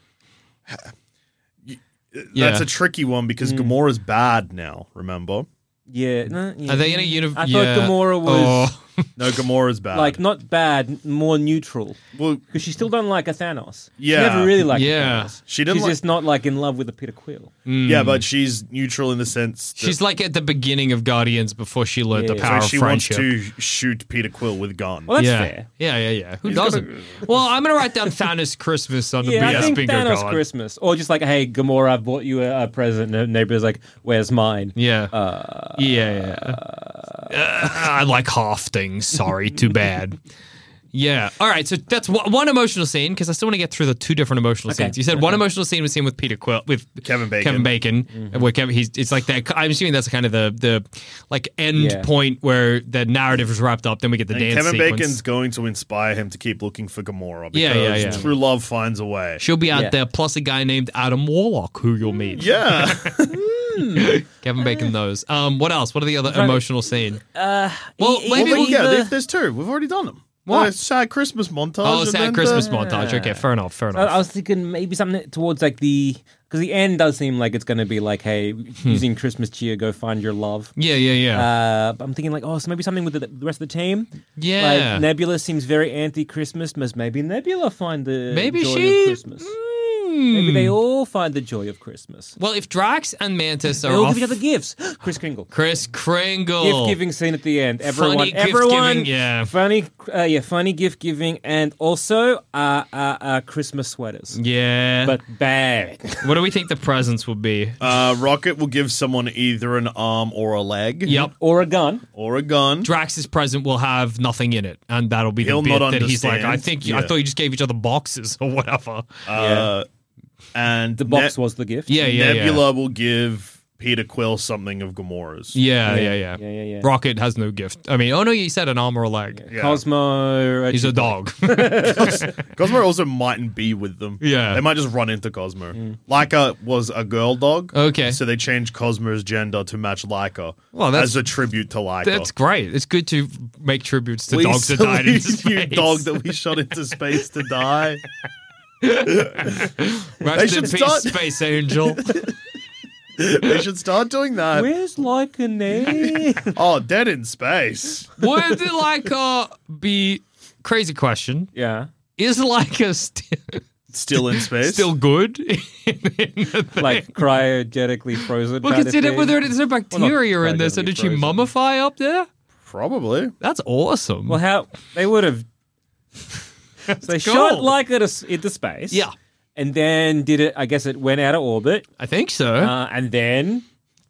S2: Yeah.
S3: that's a tricky one because Gamora's bad now. Remember?
S1: Yeah, no, yeah.
S2: Are they in a Oh. universe?
S1: I thought Gamora was
S3: No, Gamora's bad.
S1: like not bad, more neutral
S3: well,
S1: because she still don't like a Thanos.
S3: Yeah.
S1: she never really liked a
S2: Yeah.
S1: Thanos.
S3: She didn't
S1: She's
S3: like-
S1: just not like in love with a Peter Quill.
S3: yeah, but she's neutral in the sense that
S2: She's like at the beginning of Guardians before she learned
S1: Yeah.
S2: the
S1: So
S2: power
S3: so she
S2: of friendship.
S3: wants to shoot Peter Quill with a gun.
S1: Well, that's
S2: yeah.
S1: fair.
S2: yeah, yeah, yeah. Who doesn't? Well, I'm gonna write down Thanos Christmas on the
S1: Yeah,
S2: BS
S1: I think
S2: bingo
S1: Thanos
S2: card.
S1: Christmas, or just like, hey, Gamora, I bought you a, a present. And the neighbor's like, where's mine?
S2: Yeah. yeah. yeah. Uh, I like half things. Sorry, too bad. Yeah. All right. So that's one, one emotional scene because I still want to get through the two different emotional
S1: Okay.
S2: scenes. You said one emotional scene was seen with Peter Quill with
S3: Kevin Bacon.
S2: Kevin Bacon, where Kevin he's it's like that. I'm assuming that's kind of the the like end
S1: Yeah.
S2: point where the narrative is wrapped up. Then we get the
S3: and
S2: dance
S3: Kevin
S2: sequence.
S3: Bacon's going to inspire him to keep looking for Gamora because
S2: Yeah, yeah, yeah.
S3: true love finds a way.
S2: She'll be out
S1: Yeah.
S2: there plus a guy named Adam Warlock who you'll meet.
S3: yeah.
S2: Kevin Bacon knows. Um, what else? What are the other emotional scene? Well,
S1: E-
S2: maybe
S1: either-
S3: well,
S2: we'll-
S3: yeah,
S1: either-
S3: there- there's two. We've already done them.
S2: What?
S3: Uh, sad Christmas montage.
S2: Oh,
S3: and
S2: sad
S3: then
S2: Christmas
S3: the,
S2: montage. Okay, fair enough. Fair
S1: I,
S2: enough.
S1: I was thinking maybe something towards like the because the end does seem like it's going to be like, hey,
S2: Hmm.
S1: using Christmas cheer, go find your love.
S2: Yeah, yeah, yeah.
S1: Uh, but I'm thinking like, oh, so maybe something with the, the rest of the team.
S2: Yeah.
S1: like, Nebula seems very anti-Christmas. Must maybe Nebula find the
S2: Maybe
S1: joy
S2: she.
S1: of Christmas. Maybe they all find the joy of Christmas.
S2: Hmm. well, if Drax and Mantis
S1: They
S2: are
S1: all
S2: off,
S1: give each other gifts. Chris Kringle.
S2: Chris
S1: gift
S2: Kringle.
S1: giving scene at the end. Everyone,
S2: Funny gift
S1: everyone,
S2: giving, yeah.
S1: funny, uh, yeah, funny gift giving, and also uh, uh, uh, Christmas sweaters,
S2: Mm. Yeah.
S1: but bad.
S2: what do we think the presents will be?
S3: Uh, Rocket will give someone either an arm or a leg.
S2: yep.
S1: or a gun.
S3: Or a gun.
S2: Drax's present will have nothing in it, and that'll be
S3: He'll
S2: the bit
S3: not
S2: that he's like,
S3: understand.
S2: I think I
S3: Yeah.
S2: thought you just gave each other boxes or whatever.
S3: Uh, And
S1: The box was the gift.
S2: yeah, yeah,
S3: Nebula will give Peter Quill something of Gamora's.
S2: yeah. Yeah, yeah,
S1: Yeah.
S2: yeah,
S1: Yeah, yeah, yeah.
S2: Rocket has no gift. I mean, oh no, you said an arm or a leg.
S3: Yeah.
S1: Cosmo. uh,
S2: He's a dog.
S3: Cosmo also mightn't be with them.
S2: Yeah.
S3: They might just run into Cosmo. Laika was a girl dog.
S2: Okay.
S3: So they changed Cosmo's gender to match Laika.
S2: Well, that's-
S3: as a tribute to Laika.
S2: That's great. It's good to make tributes to
S3: Please
S2: dogs that died in
S3: release you
S2: space.
S3: dog that we shot into space to die.
S2: Rest
S3: They
S2: in
S3: should
S2: peace,
S3: start-
S2: space angel.
S3: They should start doing that.
S1: Where's like a name?
S3: Oh, dead in space.
S2: Would Leica be crazy question?
S1: yeah,
S2: Is Leica st-
S3: Still in space.
S2: still good?
S1: like cryogenically frozen.
S2: well,
S1: kind of
S2: consider
S1: thing.
S2: whether there's no bacteria
S1: Well, not
S2: in there, so
S1: cryogenically
S2: did she
S1: frozen.
S2: mummify up there?
S3: probably.
S2: That's awesome.
S1: Well, how they would have. So they shot
S2: cool.
S1: like it as- into space.
S2: yeah,
S1: And then did it? I guess it went out of orbit,
S2: I think so.
S1: uh, and then,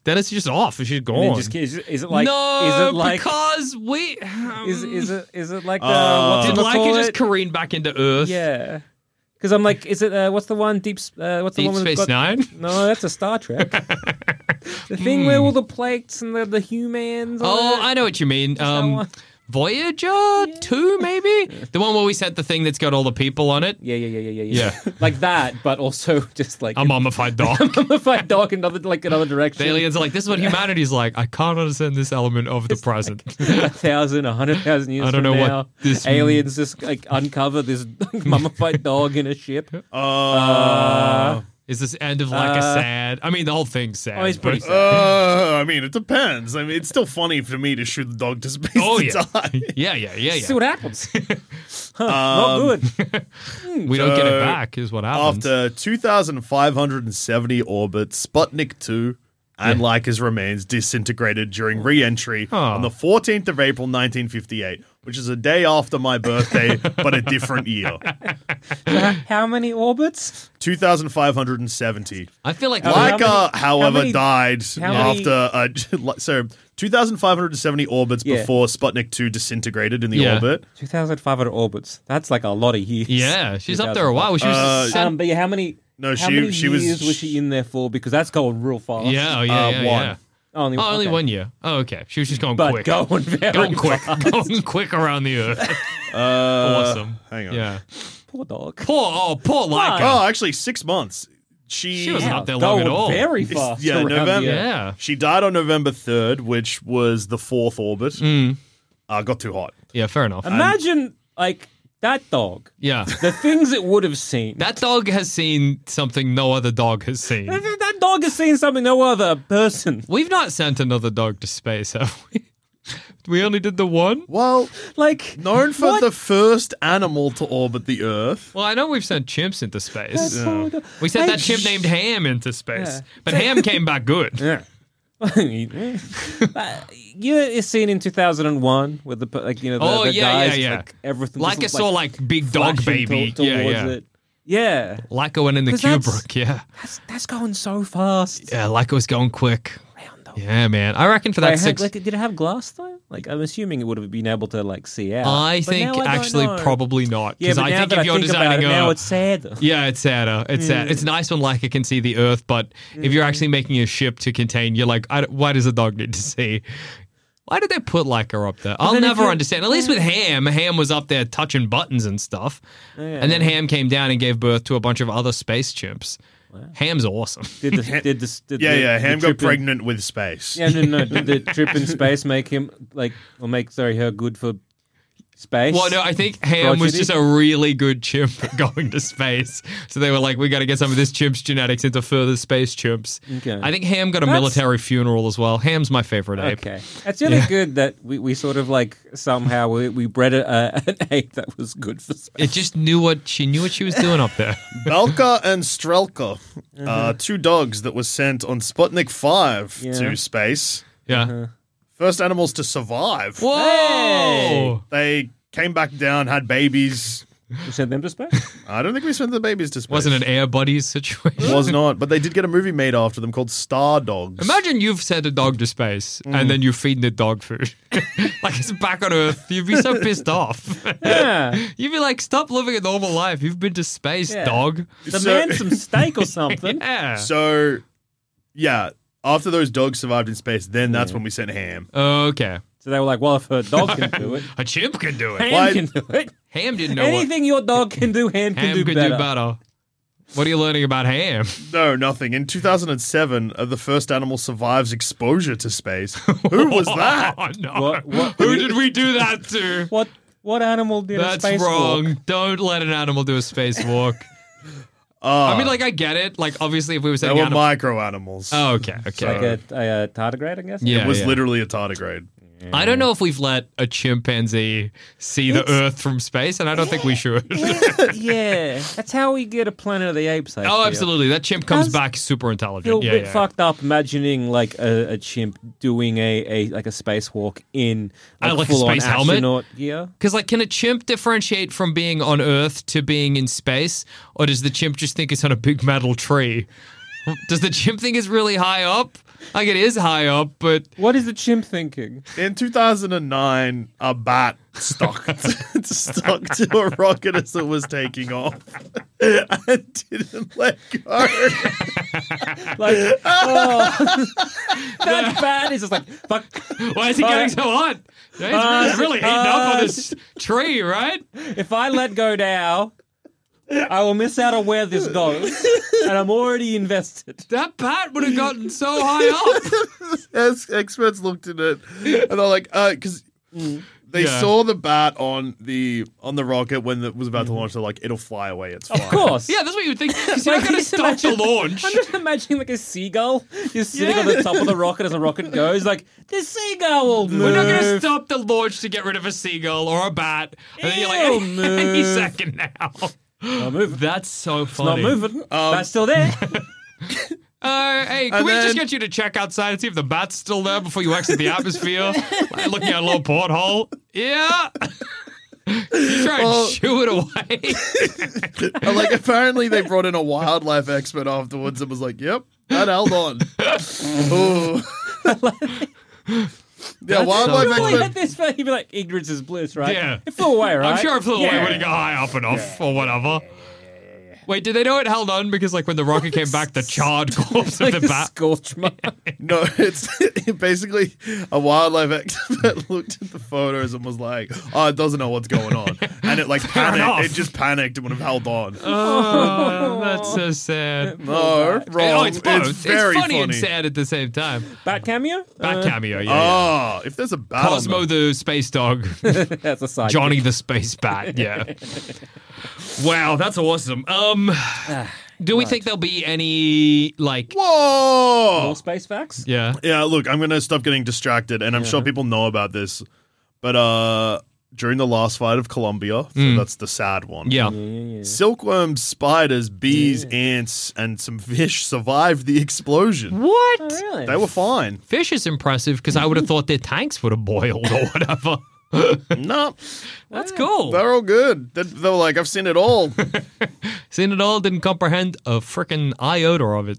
S2: then it's just off. She's
S1: and then
S2: gone.
S1: just, is, it- is it like?
S2: no,
S1: is it like?
S2: because we um,
S1: Is is it is it like the
S3: Uh,
S1: what's
S2: did
S1: it
S2: Leica
S1: call
S2: just
S1: it?
S2: careen back into Earth?
S1: yeah. Because I'm like, is it uh, what's the one deep? s- Uh, what's the
S2: Deep
S1: one with
S2: Space
S1: got-
S2: Nine.
S1: No, that's a Star Trek. the thing where all the plates and the, the humans. all
S2: Hmm. Oh,
S1: that.
S2: I know what you mean. Um,
S1: one.
S2: Voyager two, maybe the one where we sent the thing that's got all the people on it.
S1: yeah, yeah, yeah, yeah, yeah, yeah.
S2: Yeah.
S1: like that, but also just like
S2: A mummified dog.
S1: mummified dog another like another
S2: The
S1: direction.
S2: aliens are like, this is what humanity's like. I can't understand this element of the present.
S1: a thousand, a hundred thousand years.
S2: I don't
S1: from
S2: know what
S1: now,
S2: this-
S1: aliens just like uncover this mummified dog in a ship.
S3: Uh,
S2: Is this end of like a
S1: Uh,
S2: sad? I mean, the whole thing's sad.
S1: Oh, it's pretty
S2: but-
S1: sad.
S3: uh, I mean, it depends. I mean, it's still funny for me to shoot the dog to space
S2: Oh
S3: to
S2: yeah.
S3: die.
S2: yeah, yeah, yeah,
S1: See
S2: yeah. Um,
S1: what happens. Huh, not good.
S2: We don't get it
S3: So,
S2: back, is what happens.
S3: After 2,570 orbits, Sputnik 2 and
S1: Ah.
S3: Laika's remains disintegrated during re entry
S2: Aw.
S3: on the 14th of April 1958. which is a day after my birthday, but a different year.
S1: How many orbits?
S3: 2,570.
S2: I feel like
S1: How many-
S3: Laika, however,
S1: many-
S3: died
S1: how many-
S3: after. Uh, so, 2,570 orbits
S1: Yeah.
S3: before Sputnik 2 disintegrated in the
S2: Yeah.
S3: orbit.
S1: 2,500 orbits. That's like a lot of years.
S2: yeah, she's up there a while. She was
S3: Uh,
S2: sent-
S1: Um, but yeah, how many?
S3: No,
S1: how
S3: she-
S1: many
S3: she was-
S1: years was she in there for? Because that's going real fast.
S2: yeah, oh, yeah,
S3: uh,
S2: yeah,
S3: one.
S2: yeah.
S1: only,
S2: Oh, only
S1: okay.
S2: one year. Oh, okay. She was just going
S1: But
S2: quick.
S1: going very
S2: going quick.
S1: fast.
S2: Going quick around the earth.
S3: Uh,
S2: Awesome.
S3: Hang on.
S2: Yeah.
S1: Poor dog.
S2: Poor, oh, poor Laika.
S3: Oh, actually, six months. She,
S2: She was
S1: Yeah,
S2: not there long at
S1: going
S2: all.
S1: Very
S3: It's-
S1: fast.
S3: yeah,
S1: around the
S3: November.
S1: Earth.
S2: Yeah.
S3: she died on November 3rd, which was the fourth orbit.
S1: Mm.
S3: Uh, got too hot.
S2: Yeah, fair enough.
S1: Imagine like that dog.
S2: yeah.
S1: The things it would have seen.
S2: That dog has seen something no other dog has seen.
S1: That, that dog has seen something no other person.
S2: We've not sent another dog to space, have we? We only did the one?
S3: Well,
S1: Like
S3: known for
S1: what?
S3: the first animal to orbit the Earth.
S2: Well, I know we've sent chimps into
S1: That's
S2: space.
S1: so do-
S2: We sent
S1: Like,
S2: that chimp
S1: sh-
S2: named Ham into space,
S1: Yeah.
S2: but Ham came back good.
S1: Yeah. Uh, you it's seen in 2001 with the like you know the,
S2: Oh,
S1: the
S2: yeah, yeah,
S1: guys
S2: yeah.
S1: like everything
S2: Like I
S1: just,
S2: saw like, big dog
S1: flashing
S2: baby.
S1: to-
S2: yeah,
S1: towards
S2: yeah.
S1: it. yeah
S2: Lyco went in the
S1: 'Cause that's-
S2: Kubrick, yeah.
S1: that's, that's going so fast
S2: Yeah, Lyco was going quick.
S1: around the
S2: Yeah, man. I reckon for
S1: Wait,
S2: that
S1: had-
S2: six
S1: like, did it have glass though like I'm assuming it would have been able to like see out
S2: I
S1: But
S2: think
S1: now don't
S2: actually
S1: know.
S2: probably not.
S1: yeah
S2: Because
S1: but
S2: I
S1: now
S2: think
S1: that
S2: if
S1: I
S2: you're
S1: think about
S2: designing
S1: it,
S2: a
S1: now it's sad
S2: Yeah, it's sadder. It's sad.
S1: Mm.
S2: It's nice when Leica can see the Earth, but if you're actually making a ship to contain, you're like, I, don't- why does a dog need to see? Why did they put Leica up there? I'll
S1: then if
S2: never
S1: you-
S2: understand. At least with Ham, Ham was up there touching buttons and stuff,
S1: Oh,
S2: and then Ham came down and gave birth to a bunch of other space chimps. Ham's awesome.
S1: did the, did this did
S3: Yeah,
S1: the,
S3: yeah.
S1: the
S3: Ham got
S1: trip in-
S3: pregnant with space.
S1: yeah no no did the trip in space make him like or make sorry her good for space
S2: Well, no, I think Ham was
S1: Progeny?
S2: just a really good chimp at going to space. So they were like, we got to get some of this chimp's genetics into further space chimps.
S1: Okay.
S2: I think Ham got a
S1: That's-
S2: military funeral as well. Ham's my favorite ape.
S1: Okay, it's really
S2: Yeah.
S1: good that we, we sort of like somehow we, we bred a, uh, an ape that was good for space.
S2: It just knew what she knew what she was doing up there.
S3: Uh-huh. Belka and Strelka, uh, two dogs that were sent on Sputnik 5
S1: Uh-huh. Yeah.
S3: to space.
S2: Yeah.
S3: First animals to survive.
S2: Whoa!
S1: Hey!
S3: They came back down, had babies.
S1: You sent them to space.
S3: I don't think we sent the babies to space.
S2: Wasn't an air buddies situation.
S3: Was not, but they did get a movie made after them called Star Dogs.
S2: Imagine you've sent a dog to space and then you're feeding it dog food. like it's back on Earth. You'd be so pissed off.
S1: Yeah,
S2: You'd be like, stop living a normal life. You've been to space,
S1: Yeah.
S2: dog.
S1: the
S3: So-
S1: man some steak or something.
S2: Yeah.
S3: So, yeah, after those dogs survived in space, then that's when we sent Ham.
S2: okay.
S1: So they were like, "Well, if her dog can do it,
S2: A chimp can do it.
S1: Ham
S3: Why-
S1: can do it.
S2: Ham didn't know what
S1: Anything your dog can do, Ham can
S2: Ham
S1: do
S2: could
S1: better."
S2: do better. What are you learning about ham?
S3: No, nothing. In 2007, uh, the first animal survives exposure to space. Who was that?
S2: Oh, no.
S1: What- what-
S2: Who did we do that to?
S1: What what animal did a
S2: That's
S1: space
S2: wrong. Don't let an animal do a spacewalk.
S3: Uh,
S2: I mean, like, I get it. Like, obviously, if we were
S3: they
S2: saying
S3: were
S2: animal-
S3: micro animals.
S2: oh, okay, okay.
S1: Like a, a, uh tardigrade, I guess.
S2: yeah,
S3: it was
S2: yeah.
S3: literally a tardigrade.
S2: I don't know if we've let a chimpanzee see the Earth from space, and I don't think we should.
S1: yeah. That's how we get a Planet of the Apes. I
S2: oh,
S1: feel.
S2: absolutely. That chimp comes
S1: Does-
S2: back super intelligent.
S1: feel
S2: Yeah,
S1: a bit
S2: yeah.
S1: fucked up imagining like a, a chimp doing a, a like a spacewalk in like,
S2: Oh, like a
S1: full
S2: space
S1: on
S2: helmet?
S1: astronaut gear.
S2: Because, like, can a chimp differentiate from being on Earth to being in space, or does the chimp just think it's on a big metal tree? does the chimp think it's really high up? Like, it is high up, but
S1: What is the chimp thinking?
S3: In 2009, a bat stuck stuck to a rocket as it was taking off and didn't let go.
S1: Like, oh, that bat is just like fuck.
S2: why is it
S1: Uh,
S2: getting so hot? Yeah, It's really- it's really heating up on this tree, right?
S1: If I let go now, I will miss out on where this goes, and I'm already invested.
S2: That bat would have gotten so high up.
S3: As experts looked at it, and they're like, because they
S2: Yeah.
S3: saw the bat on the on the rocket when it was about
S2: Mm-hmm.
S3: to launch. They're like, it'll fly away. It's fine.
S1: Of course.
S2: yeah, that's what you would think. 'cause you're not
S1: Like,
S2: going to
S1: just
S2: stop the
S1: imagine-
S2: launch.
S1: I'm just imagining like a seagull just sitting on
S2: Yeah.
S1: the top of the rocket as the rocket goes. Like the seagull will move.
S2: We're not going to stop the launch to get rid of a seagull or a bat. And then you're like,
S1: Ew,
S2: any, any
S1: move.
S2: second now.
S1: Not moving.
S2: That's so
S1: Not
S2: funny.
S1: moving. That's still there.
S2: Uh, hey, can
S3: And
S2: we
S3: then-
S2: just get you to check outside and see if the bat's still there before you exit the atmosphere? like, looking at a little porthole. Yeah. Try and
S3: Well-
S2: shoo it away.
S3: And, like apparently they brought in a wildlife expert afterwards and was like, "Yep, that held on." Ooh. yeah, wildlife
S2: so
S1: Really,
S2: funny.
S3: expert.
S1: at this point, you'd be like, ignorance is bliss, right?
S2: Yeah.
S1: It flew away, right?
S2: I'm sure it flew away
S1: Yeah.
S2: when it got high up and off or whatever. Wait, did they know it held on? Because, like, when the rocket came back, the charred corpse of
S1: Like
S2: the
S1: a
S2: bat.
S1: scorch mark.
S3: No, it's basically a wildlife expert looked at the photos and was like, "Oh, it doesn't know what's going on," and it like
S2: enough.
S3: panicked. It just panicked and would have held on.
S2: Oh, that's so sad.
S3: no, wrong.
S2: Oh, it's both. It's,
S3: very
S2: funny, and sad at the same time.
S1: Bat cameo?
S2: Bat
S1: Uh,
S2: cameo, yeah. yeah.
S3: Oh, if there's a bat, on
S2: Cosmo the space dog,
S1: That's a side.
S2: Johnny the space bat, yeah. wow, that's awesome. Um, do we think there'll be any like?
S3: the- Whoa!
S1: More space facts?
S2: Yeah,
S3: Yeah, look, I'm gonna stop getting distracted, and I'm sure people know about this, but uh, during the last fight of Columbia, so that's the sad one.
S2: Hmm. yeah.
S3: Silkworms, spiders, bees, ants, and some fish survived the explosion.
S1: Oh,
S2: What?
S1: really?
S3: They were fine.
S2: Fish is impressive because I would have thought their tanks would have boiled or whatever.
S3: No,
S2: That's cool.
S3: they're all good. They, they were like, I've seen it all.
S2: Seen it all, didn't comprehend a freaking iota of it.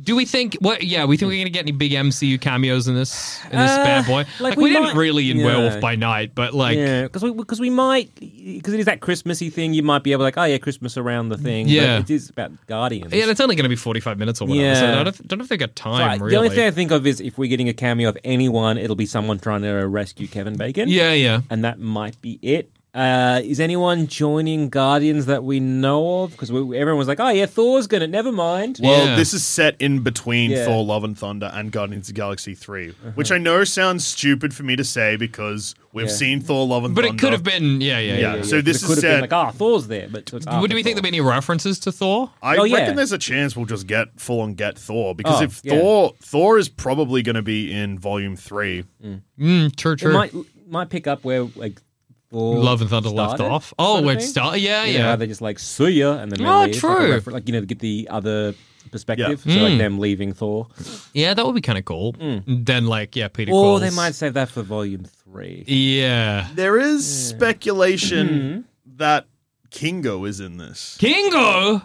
S2: Do we think what? Yeah, we think we're gonna get any big MCU cameos in this in this
S1: Uh,
S2: bad boy. Like,
S1: like,
S2: we,
S1: we
S2: didn't
S1: might-
S2: really in
S1: Yeah.
S2: Werewolf by Night, but like
S1: yeah, because we because we might because it is that Christmassy thing. You might be able to like, oh yeah, Christmas around the thing. but
S2: Yeah.
S1: it is about Guardians.
S2: Yeah, and it's only going to be 45 minutes or whatever. So
S1: Yeah.
S2: I don't, don't know if they got
S1: So,
S2: time,
S1: I-
S2: really.
S1: The only thing I think of is if we're getting a cameo of anyone, it'll be someone trying to rescue Kevin Bacon.
S2: yeah, yeah.
S1: and that might be it. Uh, is anyone joining Guardians that we know of? Because everyone was like, oh yeah, Thor's gonna. Never mind.
S3: Well,
S2: Yeah.
S3: this is set in between
S1: Yeah. Uh-huh.
S3: Thor: Love and Thunder and Guardians of the Galaxy 3 which I know sounds stupid for me to say because we've
S1: Yeah.
S3: seen Thor: Love and
S2: But
S3: Thunder.
S2: it could have been, yeah, yeah, yeah.
S3: Yeah. so
S1: because
S3: this
S1: it
S3: is
S1: could have
S3: said-
S1: been like, ah, Thor's there, but so it's
S2: Would-
S1: after
S2: Do we think
S1: Thor.
S2: there'll be any references to Thor?
S3: I
S1: Oh, yeah.
S3: reckon there's a chance we'll just get full on get Thor because
S1: Oh,
S3: if
S1: yeah.
S3: Thor Thor is probably going to be in Volume Three.
S2: Mm, true,
S1: It
S2: true.
S1: might might pick up where like Thor
S2: Love and Thunder left
S1: started,
S2: off. Oh,
S1: sort of
S2: it
S1: thing.
S2: started. Yeah,
S1: You know,
S2: yeah.
S1: how they just like sue you and then they
S2: Oh,
S1: leave, Like, a
S2: true. Hmm.
S1: refer- like, you know, to get the other perspective. So like them leaving Thor.
S2: Yeah, that would be kind of cool. Then, like, yeah, Peter
S1: Or
S2: Quill's-
S1: they might save that for volume three.
S2: Yeah.
S3: There is
S1: Mm-hmm.
S3: speculation that Kingo is in this.
S2: Kingo!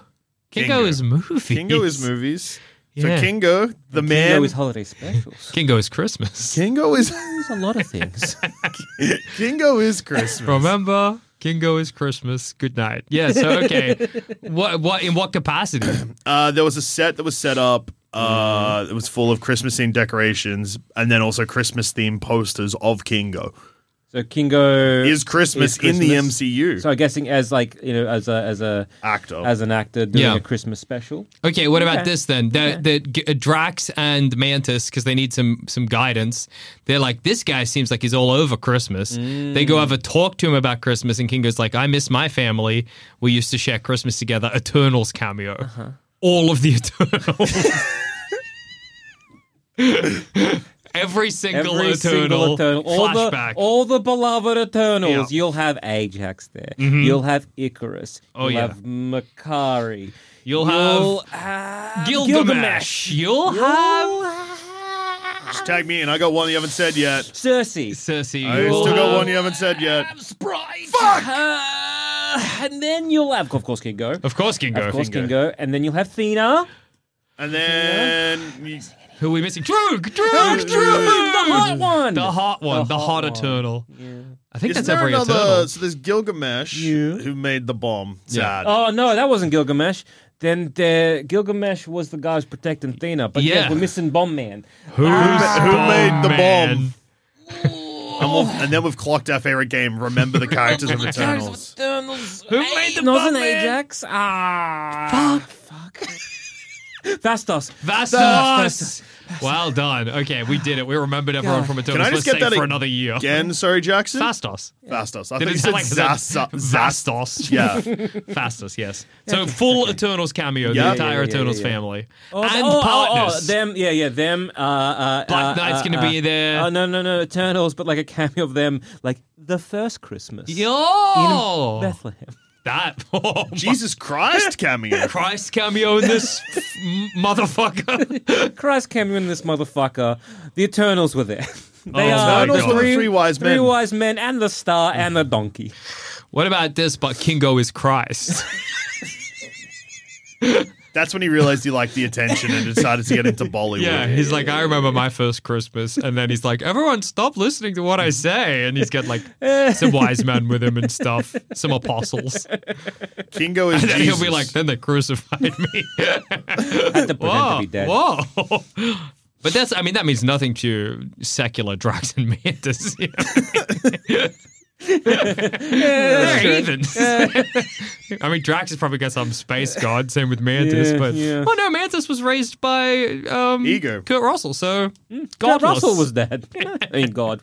S2: Kingo is movies.
S3: Kingo is movies.
S2: Yeah.
S3: So Kingo, the man,
S1: Kingo is holiday specials.
S2: Kingo is Christmas.
S3: Kingo is
S1: There's a lot of things.
S3: Kingo is Christmas.
S2: Remember, Kingo is Christmas. Good night. Yeah, so, okay. what, what, in what capacity?
S3: Uh, there was a set that was set up. Uh, It was full of Christmas themed decorations and then also Christmas themed posters of Kingo.
S1: so Kingo
S3: Is Christmas, in the
S1: Christmas.
S3: MCU?
S1: So I guessing as like you know as a as a
S3: Actor.
S1: as an actor doing
S2: Yeah.
S1: a Christmas special.
S2: Okay, what about
S1: Okay.
S2: this then? The, the G- uh, Drax and Mantis, because they need some some guidance. They're like, this guy seems like he's all over Christmas. They
S1: Mm.
S2: go have a talk to him about Christmas, and King goes like, I miss my family. We used to share Christmas together. Eternals cameo,
S1: Uh-huh.
S2: all of the Eternals. Every single
S1: Every
S2: Eternal,
S1: single Eternal, all
S2: flashback.
S1: the all the beloved Eternals.
S2: Yeah. Mm-hmm.
S1: You'll have Ajax there. You'll have Icarus.
S2: Oh,
S1: you'll
S2: yeah.
S1: have Makari.
S2: You'll
S1: have
S2: Gilgamesh. You'll
S1: Um,
S2: have
S3: Just tag me in. I got one you haven't said yet.
S1: Cersei.
S2: Cersei.
S3: I
S2: You'll
S3: still
S2: have-
S3: got one you haven't said yet.
S1: Sprite. Fuck. Uh, and then you'll have, of course, Kingo.
S2: Of course, Kingo.
S1: Of course, Kingo. And then you'll have Thena.
S3: And then you-
S2: Who are we missing? Droog! Droog! Droog!
S1: The hot one.
S2: The hot one. The,
S1: The hot
S2: hot,
S1: one.
S2: eternal. I think
S3: isn't
S2: that's
S3: there
S2: every
S3: another?
S2: eternal.
S3: So there's Gilgamesh
S1: Yeah.
S3: who made the bomb.
S2: Yeah.
S3: Sad.
S1: Oh no, that wasn't Gilgamesh. Then the Gilgamesh was the guy who's protecting Thena. But yeah,
S2: Yeah.
S1: we're missing Bomb Man.
S2: Who's
S3: who made the
S2: Bomb-Man?
S3: bomb? And, we'll- and then we've clocked our favorite game. Remember the characters of Eternals.
S1: Eternals.
S2: Who made the
S1: Not an
S2: Bomb-Man?
S1: Ajax. Ah. Fuck. Vastos.
S2: Vastos! Well done. Okay, we did it. We remembered everyone
S1: God.
S2: from Eternal.
S3: Can I
S2: Let's
S3: just get that
S2: save for
S3: ag-
S2: another year.
S3: Again, sorry, Jackson.
S2: Fastos.
S3: Fastos. I
S2: Did
S3: thought you
S2: it
S3: said Zasa-
S2: sound like
S3: Zas-
S2: Vastos?
S3: Yeah.
S2: Fastos, yes. So full Eternals cameo,
S3: Yeah,
S2: the
S3: yeah,
S2: entire
S1: yeah, yeah,
S2: Eternals
S1: yeah.
S2: family.
S1: Oh,
S2: and
S1: oh, oh,
S2: partners.
S1: Oh, them, yeah, yeah, them. Uh, uh,
S2: Black
S1: uh,
S2: Knight's
S1: uh,
S2: gonna
S1: uh,
S2: be there.
S1: Oh no, no, no, Eternals, but like a cameo of them, like the first Christmas
S2: Yo!
S1: in Bethlehem.
S2: That. Oh, my
S3: Jesus Christ cameo.
S2: Christ cameo in this f- m- motherfucker.
S1: Christ cameo in this motherfucker. The Eternals were there. They
S2: Oh,
S1: are
S2: Eternals were the
S3: three wise
S1: three
S3: men.
S1: wise men, and the star, and the donkey.
S2: what about this? But Kingo is Christ.
S3: That's when he realized he liked the attention and decided to get into Bollywood.
S2: Yeah, he's like, I remember my first Christmas, and then he's like, everyone, stop listening to what I say, and he's got like some wise men with him and stuff, some apostles,
S3: Kingo is
S2: and then
S3: Jesus.
S2: he'll be like, then they crucified me.
S1: Had to pretend to
S2: whoa,
S1: be dead.
S2: whoa. But that's, I mean, that means nothing to secular drugs and mantis. You know what I mean? They're heathens. I mean, Drax has probably got some space god, same with Mantis,
S1: Yeah,
S2: but
S1: yeah.
S2: well, no, Mantis was raised by um,
S3: Ego.
S2: Kurt Russell, so
S1: God,
S2: godless.
S1: Mm. Russell was dead. I mean, God.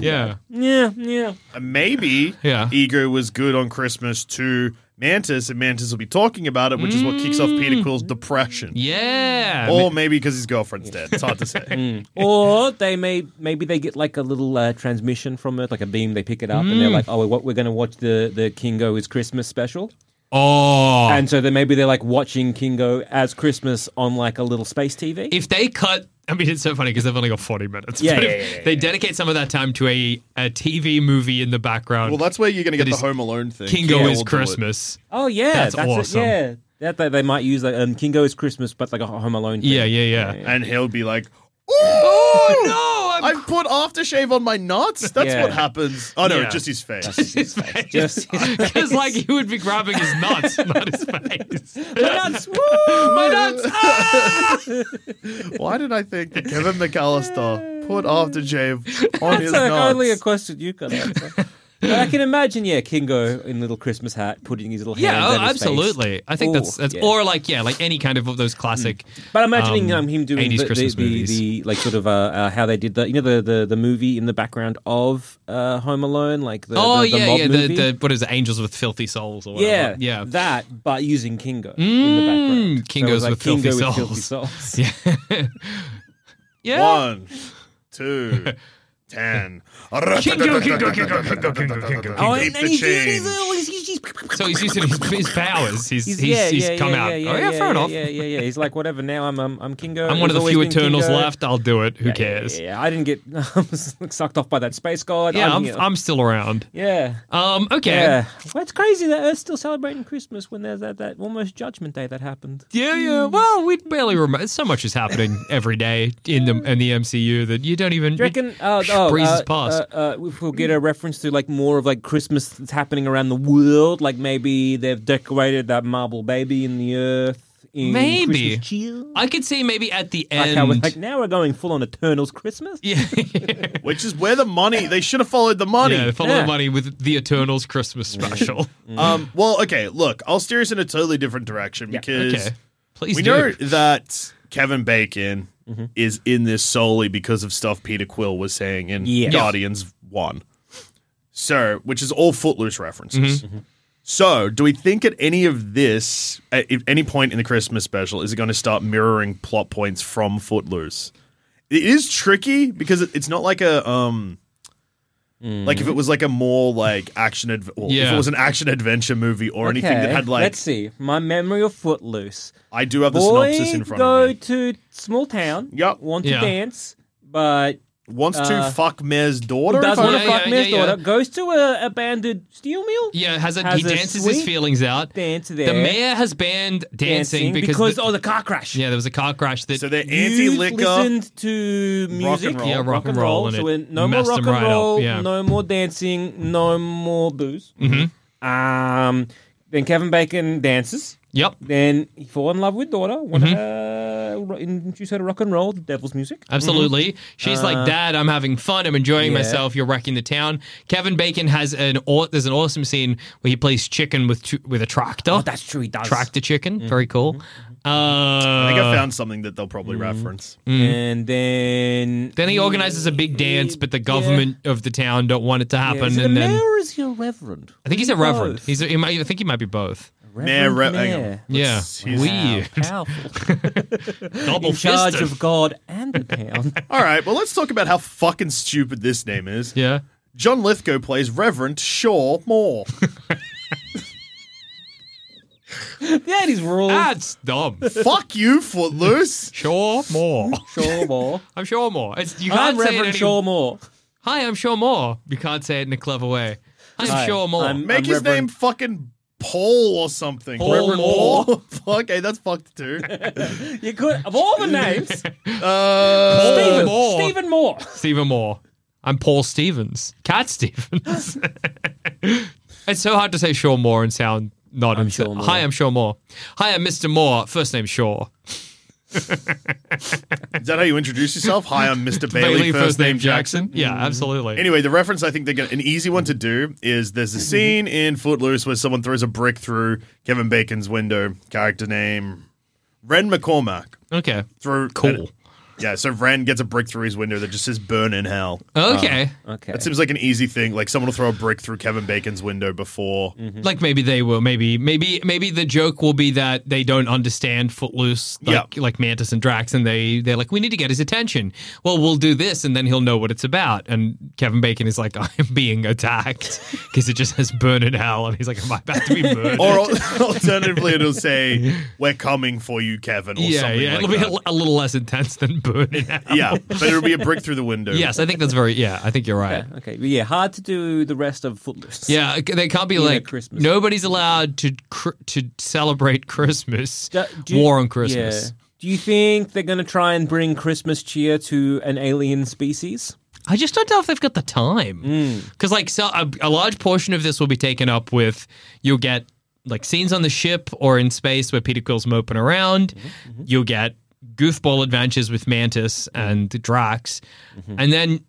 S2: yeah.
S1: Yeah, yeah.
S3: Uh, maybe
S2: Yeah.
S3: Ego was good on Christmas to Mantis, and Mantis will be talking about it, which is what kicks off Peter Quill's depression.
S2: Mm. Yeah.
S1: Oh.
S2: Mm.
S3: Or maybe because his girlfriend's dead. It's hard to say.
S1: Or they may maybe they get like a little uh, transmission from it, like a beam. They pick it up and
S2: Mm.
S1: they're like, "Oh, what we're going to watch the the Kingo is Christmas special."
S2: oh.
S1: And so then maybe they're like watching Kingo as Christmas on like a little space TV.
S2: if they cut, I mean, it's so funny because they've only got 40 minutes.
S1: Yeah,
S2: but
S1: yeah,
S2: if
S1: yeah, yeah,
S2: they dedicate some of that time to a, a TV movie in the background.
S3: well, that's where you're going to get
S2: That
S3: the
S2: is-
S3: Home Alone thing.
S2: Kingo
S3: Yeah,
S2: is
S3: we'll do it.
S2: Christmas.
S1: oh yeah,
S2: That's
S1: it,
S2: awesome.
S1: yeah, that, that they might use like um, Kingo is Christmas, but like a Home Alone. Thing.
S2: Yeah, yeah, yeah.
S3: And he'll be like,
S2: Oh, no! I'm
S3: I've put aftershave on my nuts. That's
S1: Yeah.
S3: what happens. Oh, no,
S2: Yeah.
S3: just his face.
S2: his face.
S1: Just
S2: Because, like, he would be grabbing his nuts, not his face.
S1: nuts. Woo!
S2: My nuts! Ah!
S3: Why did I think that Kevin McAllister put aftershave on his
S1: That's like
S3: nuts?
S1: only a question you can answer. But I can imagine, yeah, Kingo in little Christmas hat, putting his little
S2: Yeah,
S1: hands
S2: oh,
S1: on his face.
S2: absolutely. I think
S1: Ooh,
S2: that's, that's
S1: yeah.
S2: or like, yeah, like any kind of those classic.
S1: But I'm imagining
S2: um,
S1: um, him doing
S2: 80s
S1: the, the,
S2: Christmas
S1: the,
S2: movies.
S1: the like sort of uh, uh, how they did the you know the, the, the movie in the background of uh, Home Alone, like the
S2: Oh
S1: the, the
S2: yeah,
S1: mob
S2: yeah.
S1: movie.
S2: The, the what is it, Angels with Filthy Souls or
S1: yeah,
S2: whatever. yeah. Mm,
S1: that, but using Kingo in the background. So it
S2: Kingo's
S1: was like
S2: with filthy
S1: Kingo
S2: souls.
S1: With filthy souls.
S2: yeah.
S3: One, two, ten.
S2: Kingo, Kingo, Kingo, Kingo, Kingo, Kingo.
S1: Oh,
S3: Keep
S1: and,
S3: the
S1: and he's, doing
S3: change.
S1: his little- he's, he's, he's,
S2: So he's using his, his powers. He's he's, he's, come out.
S1: Yeah, yeah,
S2: oh yeah, fair
S1: yeah,
S2: enough.
S1: Yeah, yeah, yeah. He's like, whatever. Now I'm um, I'm Kingo.
S2: I'm one of
S1: He's
S2: the few
S1: always been
S2: Eternals
S1: Kingo.
S2: left. I'll do it. Who cares? Yeah,
S1: Yeah, I didn't get sucked off by that space god. I'm,
S2: I'm
S1: here.
S2: I'm still around.
S1: yeah.
S2: Um. Okay.
S1: Yeah.
S2: Yeah.
S1: Well, it's crazy that Earth's still celebrating Christmas when there's that, that almost Judgment Day that happened.
S2: Yeah,
S1: Hmm.
S2: Well, we barely remember. So much is happening every day in the in the MCU that you don't even.
S1: Do you reckon? Uh, oh,
S2: breezes
S1: uh,
S2: past.
S1: Uh, uh, if we'll get a reference to like more of like Christmas that's happening around the world. Like maybe they've decorated that marble baby in the Earth. In
S2: Maybe.
S1: Christmas cheer.
S2: I could see maybe at the
S1: Like, how we're,
S2: end.
S1: like now we're going full on Eternals Christmas.
S2: yeah,
S3: Which is where the money. They should have followed the money.
S2: yeah, follow
S1: Yeah.
S2: the money with the Eternals Christmas special.
S3: Um. Well, okay. Look, I'll steer us in a totally different direction because
S2: Okay, please
S3: we
S2: do.
S3: know that Kevin Bacon
S1: Mm-hmm.
S3: is in this solely because of stuff Peter Quill was saying in
S1: Yeah.
S3: Guardians One. So, which is all Footloose references.
S1: Mm-hmm.
S3: So, do we think at any of this, at at any point in the Christmas special, is it going to start mirroring plot points from Footloose? It is tricky because it- it's not like a um,
S1: Mm.
S3: like if it was like a more like action adv- well, if
S2: Yeah.
S3: it was an action adventure movie or anything that
S1: Okay,
S3: had like
S1: Let's see. My memory of Footloose.
S3: I do have the
S1: Boy
S3: synopsis in front
S1: go
S3: of me.
S1: to small town.
S3: Yup.
S1: Want
S2: Yeah.
S1: to dance, but
S3: Wants
S1: uh,
S3: to fuck Mayor's daughter.
S1: does
S3: if I
S1: want
S2: Yeah,
S1: to fuck
S2: yeah,
S1: Miss
S2: yeah, yeah.
S1: daughter. Goes to a abandoned steel mill.
S2: Yeah, has a,
S1: Has
S2: he
S1: a
S2: dances his
S1: sweet
S2: feelings out.
S1: dance there.
S2: The mayor has banned dancing, because,
S1: because
S2: the-
S1: oh the car crash.
S2: yeah, there was a car crash that
S3: So they're anti
S1: You've
S3: liquor.
S1: listened to music,
S3: roll. Yeah,
S2: rock and roll, and
S1: so
S2: it
S1: we're- no more
S2: messed
S1: rock
S2: them
S1: and
S2: right up,
S1: roll,
S2: yeah.
S1: no more dancing, no more booze.
S2: Mm-hmm.
S1: Um, then Kevin Bacon dances.
S2: Yep.
S1: Then he fall in love with daughter. Want to
S2: Mm-hmm.
S1: uh, ro- introduce her to rock and roll, the devil's music.
S2: Absolutely. She's like, Dad, I'm having fun. I'm enjoying
S1: Mm-hmm. Uh-huh. yeah.
S2: myself. You're wrecking the town. Kevin Bacon has an aw- there's an
S1: Oh,
S2: awesome scene where he plays chicken with tu- with a tractor.
S1: That's true. He does.
S2: tractor chicken. Very cool. Uh,
S1: Mm-hmm.
S3: I think I found something that they'll
S1: mm.
S3: probably reference.
S1: And then
S2: then he organizes a big dance, but the government of the town don't want it to happen. and then
S1: mayor is your reverend?
S2: I think he's a reverend.
S1: Both.
S2: He's a, he might, I think he might be both.
S3: Mayor,
S1: Reverend
S3: re- hang on.
S1: Mayor.
S2: Yeah,
S3: see.
S2: weird.
S1: Powerful.
S2: Double
S1: In charge
S2: fisted.
S1: of God and the town.
S3: All right, well, let's talk about how fucking stupid this name is.
S2: Yeah.
S3: John Lithgow plays Reverend Shaw Moore.
S1: that is rules.
S2: That's dumb.
S3: Fuck you, Footloose.
S2: Sure more.
S1: Shaw Moore.
S2: I'm sure more. It's, you can't
S1: I'm
S2: say it
S1: Reverend
S2: any-
S1: Shaw Moore.
S2: Hi, I'm sure more. You can't say it in a clever way. I'm
S1: Hi,
S2: sure more.
S1: I'm-
S3: Make his
S1: Reverend-
S3: name fucking Paul or something.
S2: Paul
S3: Reverend
S2: Moore.
S3: Paul. okay, that's fucked too.
S1: You could of all the names,
S3: Uh,
S1: Stephen
S2: Moore.
S1: Stephen Moore.
S2: Stephen Moore. I'm Paul Stevens. Cat Stevens. it's so hard to say Shaw Moore and sound not
S1: I'm
S2: insa-
S1: Shaw Moore.
S2: Hi, I'm Shaw Moore. Hi, I'm Mr. Moore. First name Shaw.
S3: is that how you introduce yourself? Hi, I'm Mr. Bailey, first, name Jackson.
S2: Yeah, absolutely.
S3: Anyway, the reference I think they're gonna, an easy one to do is there's
S2: Mm-hmm.
S3: a scene in Footloose where someone throws a brick through Kevin Bacon's window. Character name Ren McCormack.
S2: okay.
S3: Through
S2: Cool.
S3: yeah, so Ren gets a brick through his window that just says "Burn in Hell."
S2: Okay.
S1: Okay.
S3: That seems like an easy thing. Like someone will throw a brick through Kevin Bacon's window before.
S2: like maybe they will. Maybe maybe maybe the joke will be that they don't understand Footloose like
S3: Yeah.
S2: like Mantis and Drax, and they they're like, we need to get his attention. Well, we'll do this, and then he'll know what it's about. And Kevin Bacon is like, I'm being attacked because it just has burn in hell, and he's like, am I about to be murdered?
S3: Or al- alternatively, it'll say, "We're coming for you, Kevin," or
S2: yeah,
S3: something
S2: yeah,
S3: like
S2: it'll be
S3: that.
S2: a, li- a little less intense than burn in hell.
S3: yeah, but it'll be a brick through the window.
S2: Yes, I think that's very. Yeah, I think you're right.
S1: okay. okay. But yeah, hard to do the rest of Footloose.
S2: Yeah, c- they can't be like
S1: Christmas.
S2: nobody's allowed to cr- to celebrate Christmas,
S1: Do- do you-
S2: war on Christmas.
S1: yeah. Do you think they're going to try and bring Christmas cheer to an alien species?
S2: I just don't know if they've got the time because, like, so a, a large portion of this will be taken up with you'll get like scenes on the ship or in space where Peter Quill's moping around. You'll get goofball adventures with Mantis and Drax, and then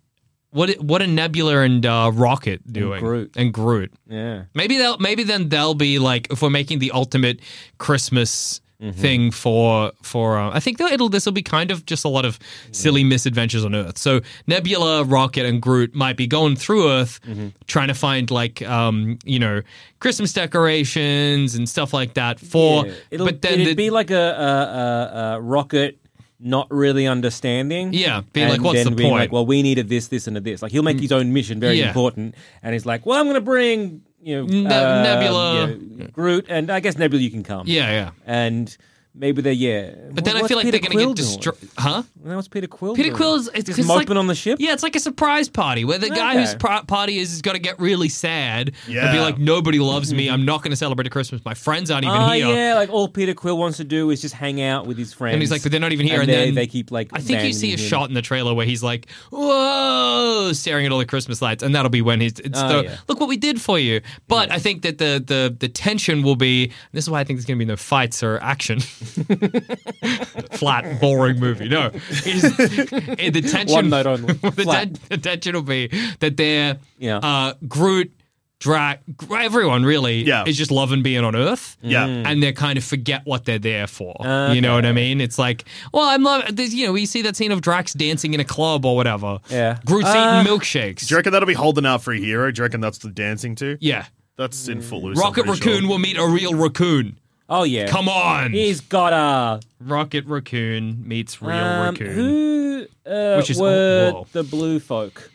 S2: what? What are Nebula and uh, Rocket doing?
S1: Groot.
S2: And Groot.
S1: Yeah.
S2: Maybe they'll maybe then they'll be like if we're making the ultimate Christmas
S1: Mm-hmm.
S2: thing for for uh, I think that it'll this will be kind of just a lot of silly misadventures on Earth. So Nebula, Rocket, and Groot might be going through Earth
S1: Mm-hmm.
S2: trying to find like um you know Christmas decorations and stuff like that for
S1: Yeah. It'll,
S2: but then
S1: it'd
S2: the-
S1: be like a, a, a, a rocket not really understanding.
S2: Yeah, being
S1: and
S2: like, what's
S1: then
S2: the
S1: being
S2: point? Mm.
S1: Like, well, we needed this, this, and a this. Like he'll make his own mission very
S2: Yeah.
S1: important, and he's like, well, I'm going to bring you know
S2: Ne-
S1: um,
S2: Nebula.
S1: you know, Groot, and I guess Nebula, you can come.
S2: yeah yeah.
S1: and maybe they're yeah.
S2: But then I feel like they're going to get destroyed. Huh?
S1: What's Peter Quill?
S2: Peter
S1: doing?
S2: Quill's it's
S1: just
S2: 'cause
S1: moping
S2: like,
S1: on the ship.
S2: Yeah, it's like a surprise party where the guy
S1: Okay.
S2: whose pro- party is is going to get really sad and be
S3: Yeah.
S2: like, "Nobody loves me. I'm not going to celebrate Christmas. My friends aren't even
S1: Ah,
S2: here."
S1: yeah, like all Peter Quill wants to do is just hang out with his friends.
S2: And he's like, "But they're not even here."
S1: And
S2: And,
S1: they-
S2: then
S1: they keep, like,
S2: I think you see a
S1: abandoning him.
S2: shot in the trailer where he's like, "Whoa!" staring at all the Christmas lights, and that'll be when he's. It's
S1: Ah,
S2: the,
S1: yeah.
S2: Look what we did for you. But I think that the the the tension will be. This is why I think there's going to be no fights or action. Flat, boring movie. No, is, the tension.
S1: One note only.
S2: the,
S1: Flat.
S2: ten- the tension will be that they're
S1: Yeah.
S2: uh, Groot, Drac, Gr- everyone really
S3: Yeah.
S2: is just loving being on Earth.
S3: Yeah. Mm.
S2: and they kind of forget what they're there for. You know what I mean? It's like, well, I'm loving. there's- You know, we see that scene of Drax dancing in a club or whatever.
S1: Yeah.
S2: Groot's
S1: Uh,
S2: eating milkshakes.
S3: Do you reckon that'll be holding out for a hero? Do you reckon that's the dancing to?
S2: yeah,
S3: That's in Footloose. I'm
S2: Rocket
S3: pretty
S2: Raccoon
S3: sure.
S2: will meet a real raccoon.
S1: "Oh yeah,
S2: Come on,
S1: he's got a
S2: Rocket Raccoon meets real
S1: um,
S2: raccoon.
S1: who uh,
S2: Which is- oh,
S1: were
S2: whoa.
S1: the blue folk?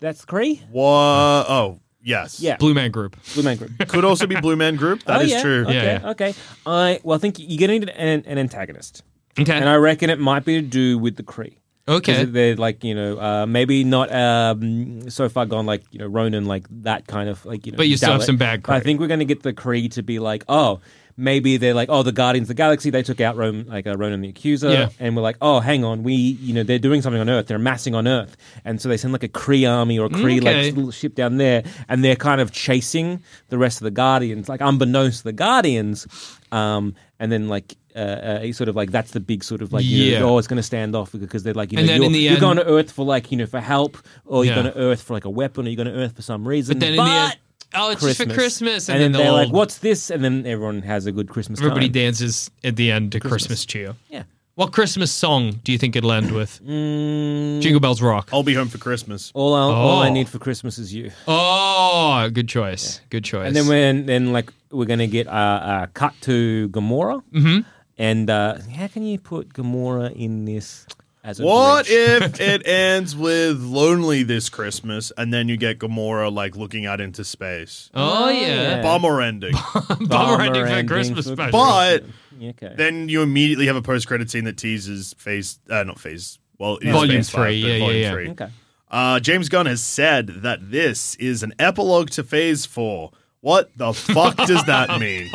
S1: That's Cree.
S3: Wha- Oh, yes.
S1: Yeah,
S2: Blue Man Group.
S1: Blue Man Group.
S3: Could also be Blue Man Group. That
S1: oh
S3: is
S1: yeah,
S3: true.
S1: Okay,
S2: Yeah, yeah.
S1: okay. I well, I think you're gonna need an, an antagonist,
S2: Okay.
S1: and I reckon it might be to do with the Cree.
S2: okay.
S1: Because they're like you know uh, maybe not um, so far gone like you know Ronan like that kind of like you know.
S2: But you still have
S1: Dalek.
S2: some bad
S1: But I
S2: Kree.
S1: think we're going to get the Kree to be like oh maybe they're like oh the Guardians of the Galaxy they took out Ron like uh, Ronan the Accuser
S2: Yeah.
S1: and we're like oh hang on we you know they're doing something on Earth they're massing on Earth and so they send like a Kree army or a Kree
S2: Okay.
S1: like little ship down there and they're kind of chasing the rest of the Guardians like unbeknownst to the Guardians um, and then like. Uh, uh, sort of like that's the big sort of like you know,
S2: Yeah.
S1: oh it's going to stand off because they're like you
S2: And
S1: know,
S2: then
S1: you're,
S2: in the
S1: you're
S2: end-
S1: going to Earth for like you know for help, or you're
S2: Yeah.
S1: going to Earth for like a weapon, or you're going to Earth for some reason.
S2: But then in the end- Oh, it's just for Christmas,
S1: and,
S2: and, then,
S1: then, they're
S2: they'll-
S1: like, "What's this?" And then everyone has a good Christmas.
S2: Everybody
S1: time.
S2: dances at the end to Christmas, cheer.
S1: Yeah.
S2: What Christmas song do you think it'll end with?
S1: Mm.
S2: Jingle Bells Rock.
S3: I'll be home for Christmas.
S1: All I, all I
S2: Oh.
S1: need for Christmas is you.
S2: Oh, good choice. Good choice.
S1: And then when then like we're gonna get uh, uh, cut to Gamora, mm-hmm. and uh, how can you put Gamora in this? As a
S3: What
S1: bridge?
S3: if it ends with lonely this Christmas, and then you get Gamora like looking out into space?
S2: Oh, yeah.
S3: Bummer ending.
S2: Bummer ending for
S1: ending
S2: Christmas
S1: for-
S2: special.
S3: but
S1: Okay.
S3: then you immediately have a post-credit scene that teases phase, uh, not phase. Well, it is
S2: Volume
S3: phase five,
S2: three,
S3: but
S2: yeah, yeah,
S3: volume
S2: yeah.
S3: three.
S1: okay.
S3: Uh, James Gunn has said that this is an epilogue to Phase Four. What the fuck does that mean?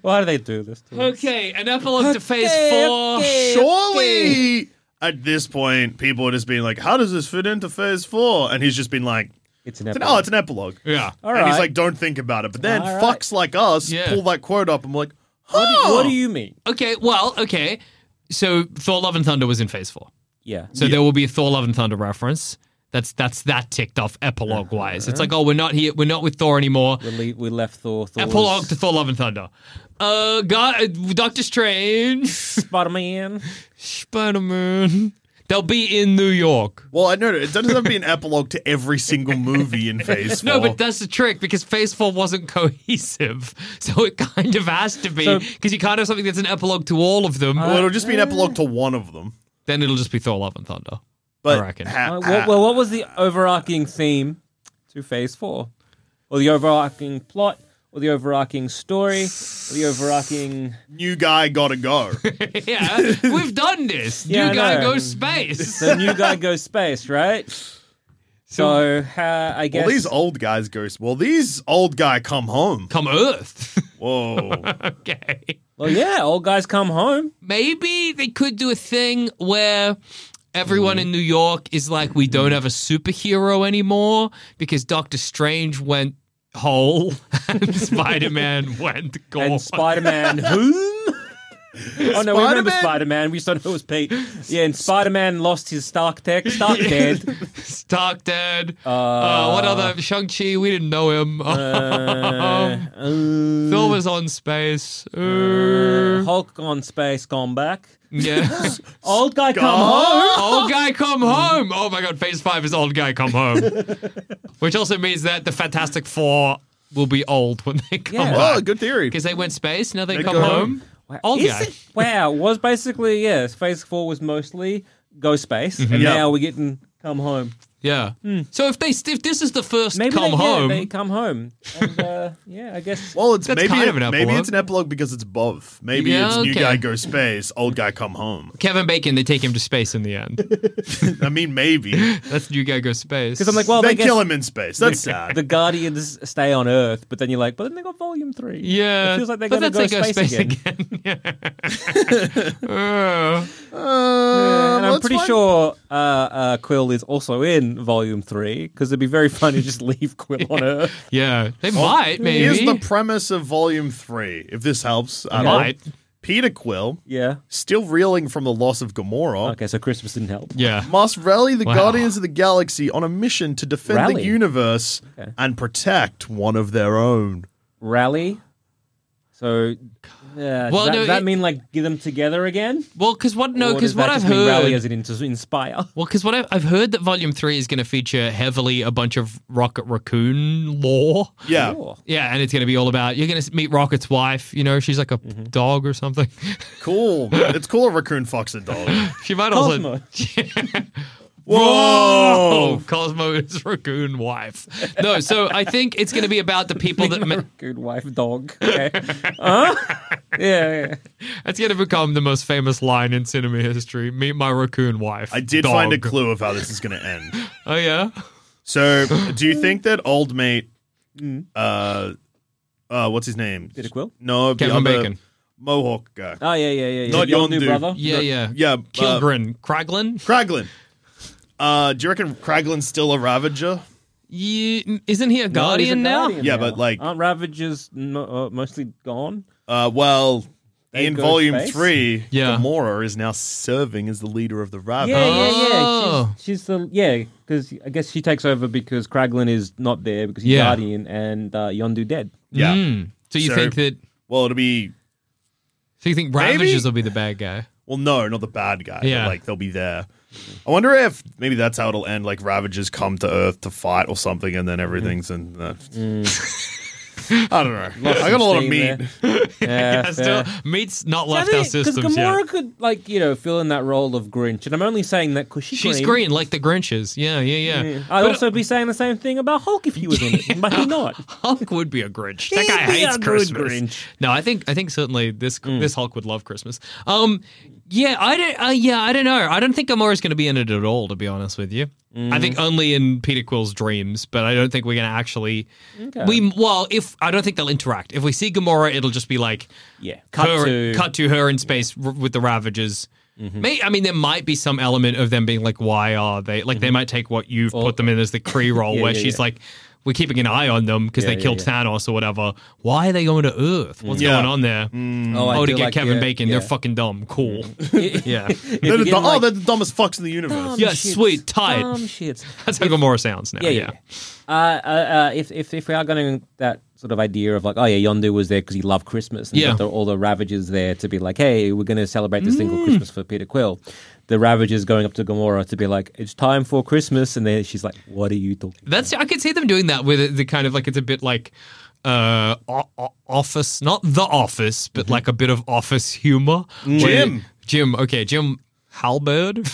S1: Why do they do this? To us?
S2: Okay, an epilogue to phase four.
S3: Surely, at this point, people are just being like, "How does this fit into Phase 4? And he's just been like,
S1: It's an
S3: "It's an-
S1: epilogue.
S3: "Oh, it's an epilogue."
S2: Yeah.
S1: All
S3: And he's
S1: right.
S3: like, "Don't think about it." But then
S1: All right.
S3: fucks like us
S2: Yeah.
S3: pull that quote up, and we're like,
S1: What do-
S3: "Huh."
S1: What do you mean?
S2: Okay, well, okay. So Thor Love and Thunder was in phase four.
S1: Yeah.
S2: So there will be a Thor Love and Thunder reference. That's that's that ticked off epilogue wise. It's like, oh, we're not here. We're not with Thor anymore.
S1: we, le- we left Thor. Thor's
S2: Epilogue to Thor Love and Thunder. Uh, God, uh, Doctor Strange,
S1: Spider-Man.
S2: Spider Man. They'll be in New York.
S3: Well, I know it doesn't have to be an epilogue to every single movie in Phase Four.
S2: No, but that's the trick because Phase Four wasn't cohesive, so it kind of has to be
S1: So-
S2: because you can't have something that's an epilogue to all of them.
S3: well, it'll just be an epilogue to one of them.
S2: then it'll just be Thor Love and Thunder.
S3: But
S2: reckon.
S1: Uh, what, well, what was the overarching theme to Phase Four, or the overarching plot, or the overarching story, or the overarching?
S3: new guy gotta go.
S2: yeah, we've done this.
S1: Yeah, I
S2: you gotta
S1: know.
S2: go space.
S1: So new guy goes space, right? So uh, I guess
S3: Well, these old guys go. Well, these old guy come home.
S2: Come Earth.
S3: Whoa.
S2: okay.
S1: Well, yeah, old guys come home.
S2: Maybe they could do a thing where everyone in New York is like, we don't have a superhero anymore because Doctor Strange went whole and Spider Man went gone.
S1: And Spider Man, whom? Oh no, we remember
S3: Spider-Man?
S1: Spider Man. We just don't know it was Pete. Yeah, and Spider Man lost his Stark tech, Stark dead.
S2: Stark dead. Uh, what other? Shang-Chi, we didn't know him. Um,
S1: Uh,
S2: Thor was on space. Uh,
S1: Hulk gone space, gone back.
S2: yeah.
S1: Old guy come home.
S2: old guy come home. Oh my god, phase five is old guy come home. Which also means that the Fantastic Four will be old when they come
S1: Yeah.
S3: oh,
S2: back.
S3: good theory.
S2: Because they went space, now they,
S3: They
S2: come
S3: go
S2: home.
S1: Wow.
S2: Old
S1: Is
S2: guy.
S1: it- wow, was basically yeah. Phase four was mostly go space,
S2: Mm-hmm.
S1: and
S3: Yeah.
S1: now we're getting come home.
S2: Yeah. So if they if this is the first
S1: Hmm. Maybe
S2: come
S1: they, yeah,
S2: home,
S1: they come home, and uh, yeah, I guess.
S3: Well, it's
S2: That's
S3: maybe
S2: kind of an
S3: maybe
S2: epilogue.
S3: it's an epilogue because it's both. Maybe
S2: Yeah,
S3: it's new
S2: okay.
S3: guy go space, old guy come home.
S2: Kevin Bacon, they take him to space in the end.
S3: I mean, maybe
S2: That's you gotta go space.
S1: Because I'm like, well,
S3: they
S1: they guess
S3: kill him in space. That's sad. Um,
S1: the Guardians stay on Earth, but then you're like, but then they got Volume Three.
S2: yeah,
S1: it feels like they're
S2: but
S1: gonna
S2: that's
S1: go
S2: like
S1: space again.
S2: Yeah. Uh,
S1: Yeah, and I'm
S3: let's
S1: pretty
S3: find-
S1: sure uh, uh, Quill is also in Volume Three because it'd be very funny to just leave Quill on Earth.
S2: yeah, they might
S3: Here's
S2: maybe.
S3: the premise of Volume Three. If this helps, I don't know.
S2: might.
S3: Peter Quill,
S1: Yeah.
S3: still reeling from the loss of Gamora,
S1: Okay, so Christmas didn't help.
S2: Yeah.
S3: must rally the
S2: Wow.
S3: Guardians of the Galaxy on a mission to defend the
S1: Rally?
S3: universe and protect one of their own.
S1: Rally. So, yeah, does
S2: Well,
S1: that,
S2: no,
S1: does that
S2: it-
S1: mean like get them together again?
S2: Well, because what? No,
S1: Or
S2: because
S1: does that
S2: what I've
S1: just mean rally
S2: heard
S1: as in to inspire.
S2: Well, because what I've, I've heard that Volume Three is going to feature heavily a bunch of Rocket Raccoon lore.
S3: Yeah.
S1: Sure.
S2: Yeah, and it's going to be all about you're going to meet Rocket's wife. You know, she's like a
S3: Mm-hmm.
S2: dog or something.
S3: Cool. it's cool a raccoon fucks a dog.
S2: she might also.
S1: Cosmo.
S2: Whoa, Cosmo's raccoon wife. No, so I think it's going to be about the people that. Ma-
S1: Good wife, dog. Okay. huh? Yeah, yeah.
S2: it's going to become the most famous line in cinema history. Meet my raccoon wife.
S3: I did
S2: dog.
S3: find a clue of how this is going to end.
S2: Oh yeah.
S3: So, do you think that old mate, uh, uh, what's his name?
S1: Peter Quill?
S3: No, the
S2: Kevin
S3: other
S2: Bacon.
S3: Mohawk guy.
S1: Oh, yeah, yeah, yeah. yeah.
S3: Not
S1: your
S3: Yondu.
S1: new brother.
S2: Yeah, yeah.
S3: yeah, uh,
S2: Kilgren, Um, Kraglin.
S3: Kraglin. Uh, do you reckon Kraglin's still a Ravager?
S2: You, isn't he
S1: No, he's a
S2: a guardian now?
S1: Guardian
S3: Yeah,
S1: now.
S3: but, like-
S1: aren't Ravagers mo- uh, mostly gone?
S3: Uh, well, in
S1: Edgar's
S3: volume
S1: face?
S3: three,
S2: Yeah.
S3: Gamora is now serving as the leader of the Rabbit.
S1: Yeah, yeah, yeah.
S2: Oh.
S1: She's, she's the yeah, because I guess she takes over because Kraglin is not there because he's
S2: Yeah.
S1: Guardian and uh, Yondu dead.
S3: Yeah.
S2: Mm. So you
S3: So-
S2: think that?
S3: Well, it'll be
S2: So you think
S3: Maybe?
S2: Ravagers will be the bad guy?
S3: well, no, not the bad guy. but,
S2: Yeah.
S3: like they'll be there. I wonder if maybe that's how it'll end. Like Ravagers come to Earth to fight or something, and then everything's in. Uh,
S1: Mm.
S3: I don't know. I got a lot of
S1: Steam
S3: meat.
S1: there.
S2: Yeah,
S1: Yeah,
S2: still,
S1: fair.
S2: meat's not
S1: I
S2: left our
S1: think-
S2: systems
S1: Gamora
S2: yet.
S1: could like you know fill in that role of Grinch, and I'm only saying that because she's,
S2: She's green. like the Grinches. Yeah, yeah, yeah.
S1: Yeah. I'd
S2: But
S1: also be saying the same thing about Hulk if he was in it, but he's not.
S2: Hulk would be a Grinch. That
S1: He'd
S2: guy
S1: be
S2: hates
S1: a good
S2: Christmas.
S1: Grinch. Hmm.
S2: No, I think I think certainly this this Hulk would love Christmas. Um, yeah, I don't. Uh, yeah, I don't know. I don't think Gamora's going to be in it at all. To be honest with you,
S1: Hmm.
S2: I think only in Peter Quill's dreams. But I don't think we're going to actually. We well, if I don't think they'll interact. If we see Gamora, it'll just be like
S1: Yeah, cut
S2: her,
S1: to Mm-hmm.
S2: cut to her in space r- with the Ravagers. May, I mean, there might be some element of them being like, "Why are they?" Like, they might take what you've put them in as the Kree role,
S1: Mm-hmm. Yeah,
S2: where
S1: yeah,
S2: she's
S1: yeah.
S2: like, "We're keeping an eye on them because
S1: Yeah,
S2: they
S1: yeah,
S2: killed Thanos or whatever. Why are they going to Earth? What's
S3: Yeah.
S2: going on there?"
S1: Oh, I
S2: Oh, to
S1: do
S2: get
S1: like
S2: Kevin
S1: the-
S2: Bacon,
S1: yeah. Mm.
S2: they're fucking dumb. Cool.
S3: They're
S2: yeah,
S3: the
S1: begin
S3: dum- oh,
S1: like-
S3: they're the dumbest fucks in the universe.
S1: Dumb
S2: Yeah,
S1: shits,
S2: sweet, tight.
S1: dumb shits.
S2: that's how Gamora sounds now.
S1: yeah, yeah. yeah. Uh, uh, uh, if, if if we are going to that sort of idea of like, oh yeah, Yondu was there because he loved Christmas, and
S2: Yeah.
S1: got the, all the Ravagers there to be like, hey, we're going to celebrate this
S2: Mm.
S1: thing called Christmas for Peter Quill. The Ravagers going up to Gamora to be like, it's time for Christmas, and then she's like, what are you talking?
S2: That's I could see them doing that with it- the kind of like it's a bit like uh o- o- office, not the office, but like a bit of office humor.
S3: Jim.
S2: Where- Jim, okay, Jim Halberd.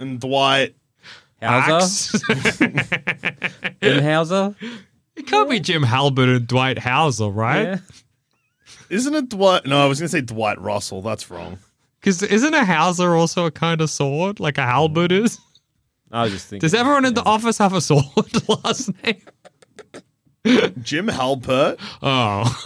S3: And Dwight.
S1: Hauser,
S2: Axe?
S1: Hauser,
S2: it can't be Jim Halberd and Dwight Hauser,
S1: yeah.
S2: right?
S3: Isn't it Dwight? No, I was going to say Dwight Russell. That's wrong.
S2: Because isn't a Hauser also a kind of sword, like a halberd is?
S1: I was just thinking.
S2: Does everyone in the office have a sword last name?
S3: Jim Halpert
S2: Oh,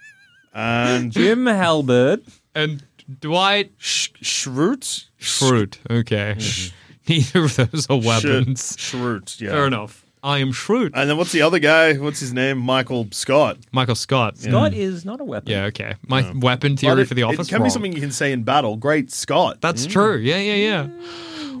S3: and
S1: Jim Halberd.
S2: and Dwight
S3: Sh- Schrute.
S2: Schrute. Okay, neither of those are weapons.
S3: Sh- Schrute, yeah.
S2: Fair enough. I am Schrute.
S3: And then what's the other guy? What's his name? Michael Scott.
S2: Michael Scott.
S1: Scott is not a weapon.
S2: Yeah, okay. My weapon theory
S3: But it-
S2: for the office.
S3: It can
S2: wrong.
S3: be something you can say in battle. Great Scott.
S2: That's
S1: Mm.
S2: true. Yeah, yeah, yeah.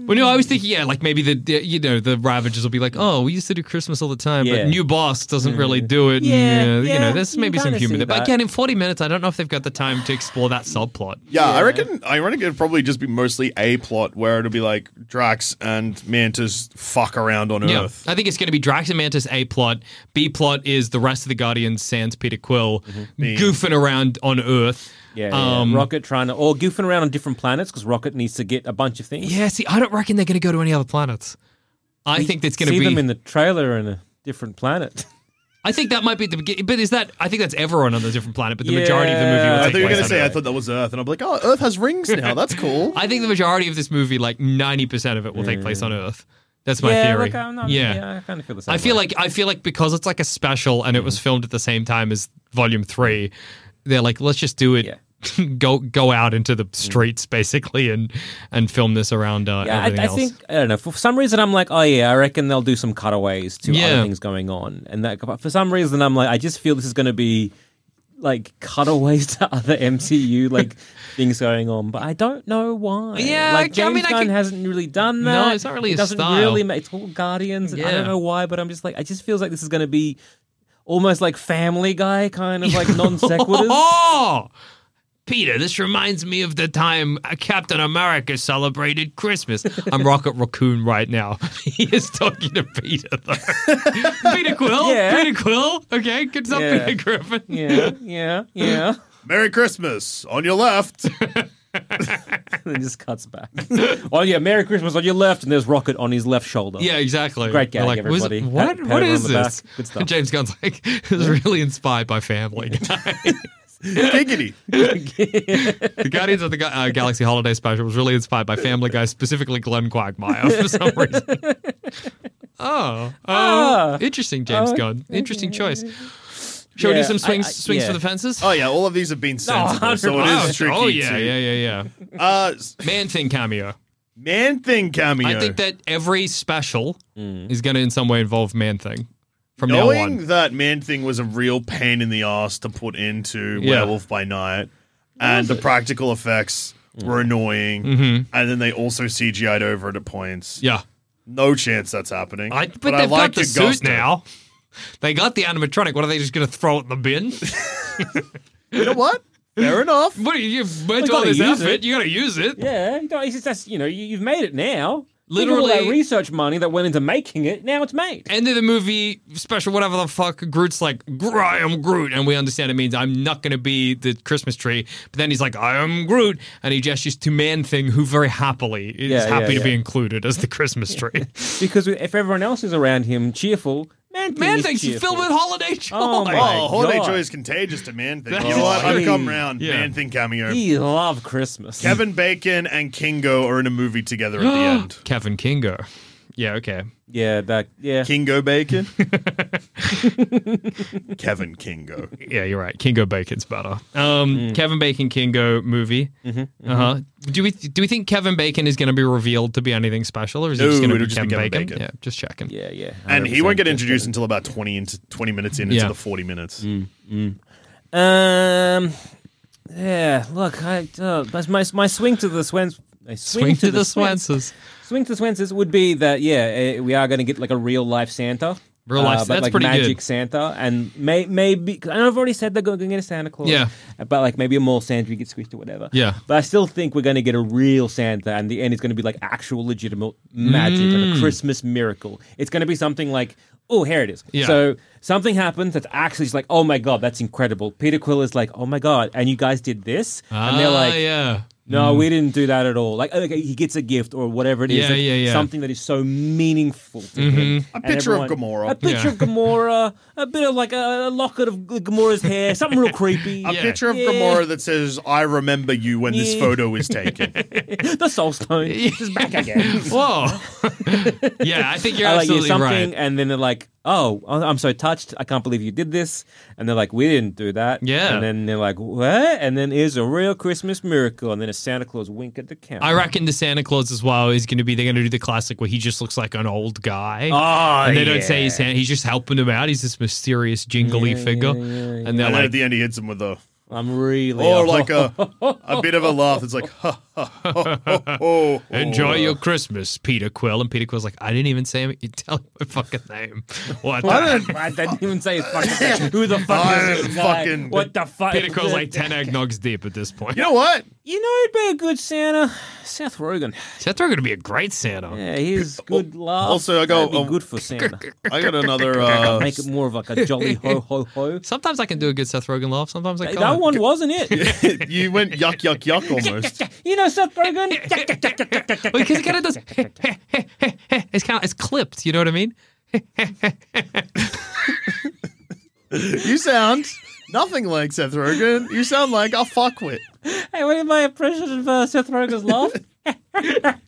S2: Well, no, I was thinking, yeah, like maybe the- the you know the Ravagers will be like, oh, we used to do Christmas all the time,
S1: Yeah. Mm.
S2: but new boss doesn't really do it.
S1: Yeah,
S2: and, uh, you
S1: yeah,
S2: know, there's
S1: you
S2: maybe some
S1: kinda see
S2: humor there. But
S1: that.
S2: again, in 40 minutes, I don't know if they've got the time to explore that subplot.
S3: yeah, I reckon. I reckon it'd probably just be mostly a plot where it'll be like Drax and Mantis fuck around on
S2: Yeah,
S3: Earth.
S2: I think it's going to be Drax and Mantis A plot. B plot is the rest of the Guardians sans Peter Quill goofing around on Earth.
S1: Mm-hmm. Yeah, yeah.
S2: Um,
S1: Rocket trying to, or goofing around on different planets because Rocket needs to get a bunch of things.
S2: Yeah, see, I don't reckon they're going to go to any other planets. I think that's going to
S1: see
S2: be
S1: them in the trailer in a different planet.
S2: I think that might be the beginning, but is that? I think that's everyone on a different planet. But the majority of the movie. Will
S1: Yeah.
S2: take
S3: I thought you were going
S2: place
S3: to
S2: on
S3: say. I
S2: Earth.
S3: thought that was Earth, and I'm like, oh, Earth has rings now. That's cool.
S2: I think the majority of this movie, like ninety percent of it, will
S3: Mm.
S2: take place on Earth. That's my
S1: yeah,
S2: theory.
S1: look, I'm not, uh,
S2: yeah.
S1: yeah. I kind of feel the same.
S2: I feel
S1: way.
S2: like I feel like because it's like a special and it
S3: Mm.
S2: was filmed at the same time as Volume Three, they're like, let's just do it. go go out into
S3: Mm.
S2: the streets basically and and film this around uh,
S1: Yeah,
S2: everything
S1: I, I
S2: else.
S1: think I don't know. For some reason, I'm like, oh yeah, I reckon they'll do some cutaways to
S2: Yeah.
S1: other things going on, and that. But for some reason, I'm like, I just feel this is going to be like cutaways to other MCU like things going on, but I don't know why.
S2: Yeah, I- I
S1: like James
S2: mean, I
S1: Gunn
S2: could-
S1: hasn't really done that.
S2: No, it's not really
S1: It
S2: his
S1: doesn't
S2: style.
S1: really make it's all Guardians. And I
S2: Yeah.
S1: don't know why, but I'm just like, I just feels like this is going to be almost like Family Guy kind of like non sequiturs.
S2: Oh, Peter, this reminds me of the time Captain America celebrated Christmas. I'm Rocket Raccoon right now. he is talking to Peter, though. Peter Quill?
S1: Yeah.
S2: Peter Quill? Okay, good stuff,
S1: Yeah.
S2: Peter Griffin.
S1: yeah, yeah, yeah.
S3: Merry Christmas on your left.
S1: and then just cuts back. oh yeah, Merry Christmas on your left, and there's Rocket on his left shoulder.
S2: Yeah, exactly.
S1: Great gag,
S2: They're like, was-
S1: everybody.
S2: What,
S1: Pat- pat
S2: what
S1: him on
S2: is
S1: the back.
S2: this?
S1: Good stuff.
S2: And James Gunn's like, it was really inspired by Family Guy.
S3: Giggity.
S2: the Guardians of the Ga- uh, Galaxy Holiday Special was really inspired by Family Guy, specifically Glenn Quagmire for some reason. Oh, uh,
S1: Ah.
S2: interesting, James Gunn. Interesting choice. Shall we do
S1: Yeah,
S2: some
S1: I-
S2: swings,
S1: I-
S2: swings
S1: yeah.
S2: for the fences?
S3: Oh yeah, all of these have been sensible, so it is tricky.
S2: oh yeah,
S3: to-
S2: yeah, yeah, yeah.
S3: Uh, s-
S2: Man Thing cameo.
S3: Man Thing cameo.
S2: I think that every special is going to in some way involve Man Thing from now
S3: Knowing
S2: on.
S3: that Man Thing was a real pain in the ass to put into
S2: Yeah.
S3: Werewolf by Night, and the practical effects
S2: Mm-hmm.
S3: were annoying. And then they also CGI'd over it at points.
S2: Yeah.
S3: No chance that's happening.
S2: I, but, they've got the suit
S3: gusto.
S2: now. They got the animatronic. What are they just going to throw it in the bin?
S3: You know what?
S1: Hmm.
S3: Fair enough.
S2: what are you? You've made
S1: gotta
S2: all this
S1: use
S2: outfit.
S1: it.
S2: You got to use it.
S1: Yeah, you know, it's just that's you know you, you've made it now. Think of all that
S2: Literally-
S1: research money that went into making it, now it's made.
S2: End of the movie special, whatever the fuck. Groot's like, "Gr- I am Groot, and we understand it means I'm not going to be the Christmas tree. But then he's like, I am Groot, and he gestures to Man Thing, who very happily is
S1: Yeah,
S2: happy
S1: yeah,
S2: to be
S1: yeah.
S2: included as the Christmas tree.
S1: Because if everyone else is around him, cheerful man, thing
S2: Man
S1: is
S2: Thing's
S1: cheerful.
S2: filled with holiday joy.
S1: Oh my
S3: Oh, holiday
S1: God.
S3: joy is contagious to man thing.
S2: That's-
S3: You know what? I've
S1: Gee.
S3: come round.
S2: Yeah.
S3: Man thing cameo.
S1: He love Christmas.
S3: Kevin Bacon and Kingo are in a movie together at the end.
S2: Kevin Kingo. Yeah, okay.
S1: yeah, that yeah.
S3: Kingo Bacon? Kevin Kingo.
S2: Yeah, you're right. Kingo Bacon's better. Um,
S1: Mm.
S2: Kevin Bacon Kingo movie.
S1: Mm-hmm,
S2: Uh huh. Do we do we think Kevin Bacon is going to be revealed to be anything special, or is
S3: No,
S2: he just going to
S3: it'll
S2: be
S3: just
S2: Kevin,
S3: be Kevin
S2: Bacon?
S3: Bacon.
S2: Yeah, just checking.
S1: Yeah, yeah.
S3: And he won't get
S1: 100%
S3: introduced until about 20 into 20 minutes in
S2: Yeah. Mm.
S3: into the 40 minutes.
S1: Um. Yeah. Look, I uh, that's my my swing to the Swens. I
S2: Swing, to, the Swensons.
S1: Swing to the Swensons would be that. Yeah, eh, we are going to get like a real life Santa. Uh,
S2: Real life-
S1: but
S2: that's
S1: like
S2: pretty good.
S1: magic Santa, and may, maybe 'cause I know I've already said they're going to get a Santa Claus.
S2: Yeah.
S1: but like maybe a mall Santa you get squished or whatever.
S2: Yeah.
S1: but I still think we're going to get a real Santa, and the end is going to be like actual legitimate magic, like
S2: Mm.
S1: a Christmas miracle. It's going to be something like, oh, here it is.
S2: Yeah.
S1: So something happens that's actually just like, oh my god, that's incredible. Peter Quill is like, oh my god, and you guys did this, and they're
S2: Ah,
S1: like,
S2: yeah.
S1: no, we didn't do that at all. Like, okay, he gets a gift or whatever it is.
S2: Mm. Yeah,
S1: like,
S2: yeah, yeah.
S1: Something that is so meaningful to him.
S3: A
S1: And
S3: picture of Gamora.
S1: A picture
S2: Yeah.
S1: of Gamora. A bit of like a, a locket of G- Gamora's hair. Something real creepy.
S3: A
S2: Yeah.
S3: picture of
S1: Yeah.
S3: Gamora that says, I remember you when this
S1: Yeah.
S3: photo is taken.
S1: The Soul Stone. Just back again.
S2: Whoa. yeah, I think you're
S1: I like you
S2: absolutely
S1: something,
S2: right.
S1: and then they're like, "Oh, I- I'm so touched. I can't believe you did this." And they're like, "We didn't do that."
S2: Yeah.
S1: And then they're like, "What?" And then here's a real Christmas miracle, and then a Santa Claus wink at the camera.
S2: I reckon the Santa Claus as well is going to be. They're going to do the classic where he just looks like an old guy.
S1: Oh,
S2: and they don't say
S1: yeah.
S2: he's Santa. He's just helping them out. He's this mysterious, jingly figure. And they're
S3: and then
S2: like,
S3: at the end, he hits him with a.
S1: I'm really
S3: Or
S1: a-
S3: like a a bit of a laugh. It's like, ha, ha, ha, ha, ha, ha.
S2: Enjoy your Christmas, Peter Quill. And Peter Quill's like, I didn't even say him. You tell him my fucking name. What? the-
S1: I didn't even say his fucking name. Who the fuck
S3: I
S1: is this
S3: am
S1: guy?
S3: fucking-
S1: What the fuck?
S2: Peter Quill's like 10 eggnogs deep at this point.
S3: You know what?
S1: You know who'd be a good Santa? Seth Rogen.
S2: Seth Rogen would be a great Santa.
S1: Yeah, he's good laugh.
S3: also, I go,
S1: That'd be
S3: um,
S1: good for Santa.
S3: I got another. Uh,
S1: Make it more of like a jolly ho ho ho.
S2: Sometimes I can do a good Seth Rogen laugh. Sometimes I can't.
S1: That one wasn't it?
S3: you went yuck, yuck, yuck almost.
S1: You know Seth Rogen?
S2: Because it kind of does. it's kind of it's clipped. You know what I mean?
S3: You sound nothing like Seth Rogen. You sound like a fuckwit.
S1: hey, what is my impression of uh, Seth Rogen's laugh?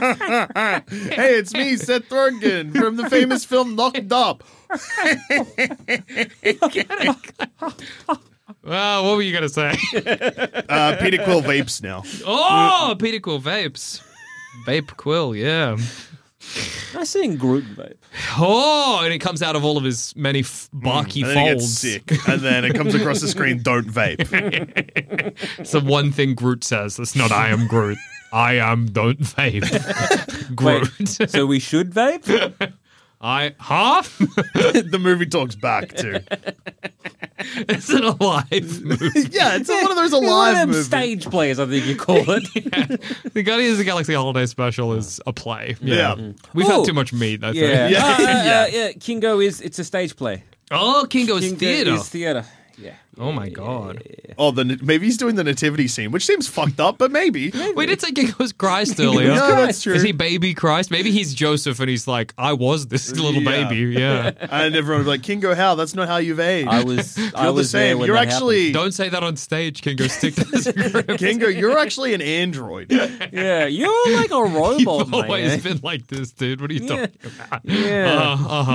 S3: Hey, it's me, Seth Rogen, from the famous film Knocked Up.
S2: Well, what were you gonna say?
S3: Uh, Peter Quill vapes now.
S2: oh, Peter Quill vapes. Vape Quill, yeah.
S1: I seen Groot vape.
S2: Oh, and it comes out of all of his many f- barky
S3: And then he gets
S2: folds.
S3: sick. And then it comes across the screen, don't vape.
S2: It's the one thing Groot says. That's not I am Groot. I am don't vape. Groot.
S1: So we should vape?
S2: I half.
S3: the movie talks back, too.
S2: it's an alive movie.
S3: Yeah, it's one of those
S1: One of
S3: alive
S1: them
S3: movies.
S1: stage plays, I think you call it.
S2: The Guardians of the Galaxy Holiday Special is a play. Yeah,
S3: Yeah.
S2: we've had
S1: Ooh.
S2: too much meat. I
S1: Yeah.
S2: think.
S3: Yeah.
S1: Uh, uh, uh,
S3: Yeah.
S1: yeah. Kingo is it's a stage play.
S2: Oh, Kingo's
S1: Kingo
S2: theater.
S1: is theater. Yeah.
S2: oh my god.
S3: Oh, the, maybe he's doing the nativity scene, which seems fucked up, but maybe.
S2: We did say Kingo's Christ earlier.
S3: No, that's true.
S2: Is he baby Christ? Maybe he's Joseph and he's like, I was this little
S3: Yeah.
S2: baby. Yeah.
S3: And everyone was like, Kingo, how? That's not how you've aged.
S1: I was I
S3: You're the
S1: was there
S3: same.
S1: when
S3: You're
S1: that
S3: actually.
S2: Don't say that on stage, Kingo. Stick to this script.
S3: Kingo, you're actually an android.
S1: happened. Yeah, you're like a robot,
S2: You've
S1: mate.
S2: always been like this, dude. What are you
S1: Yeah.
S2: talking about?
S1: Yeah.
S2: Uh-huh, uh-huh,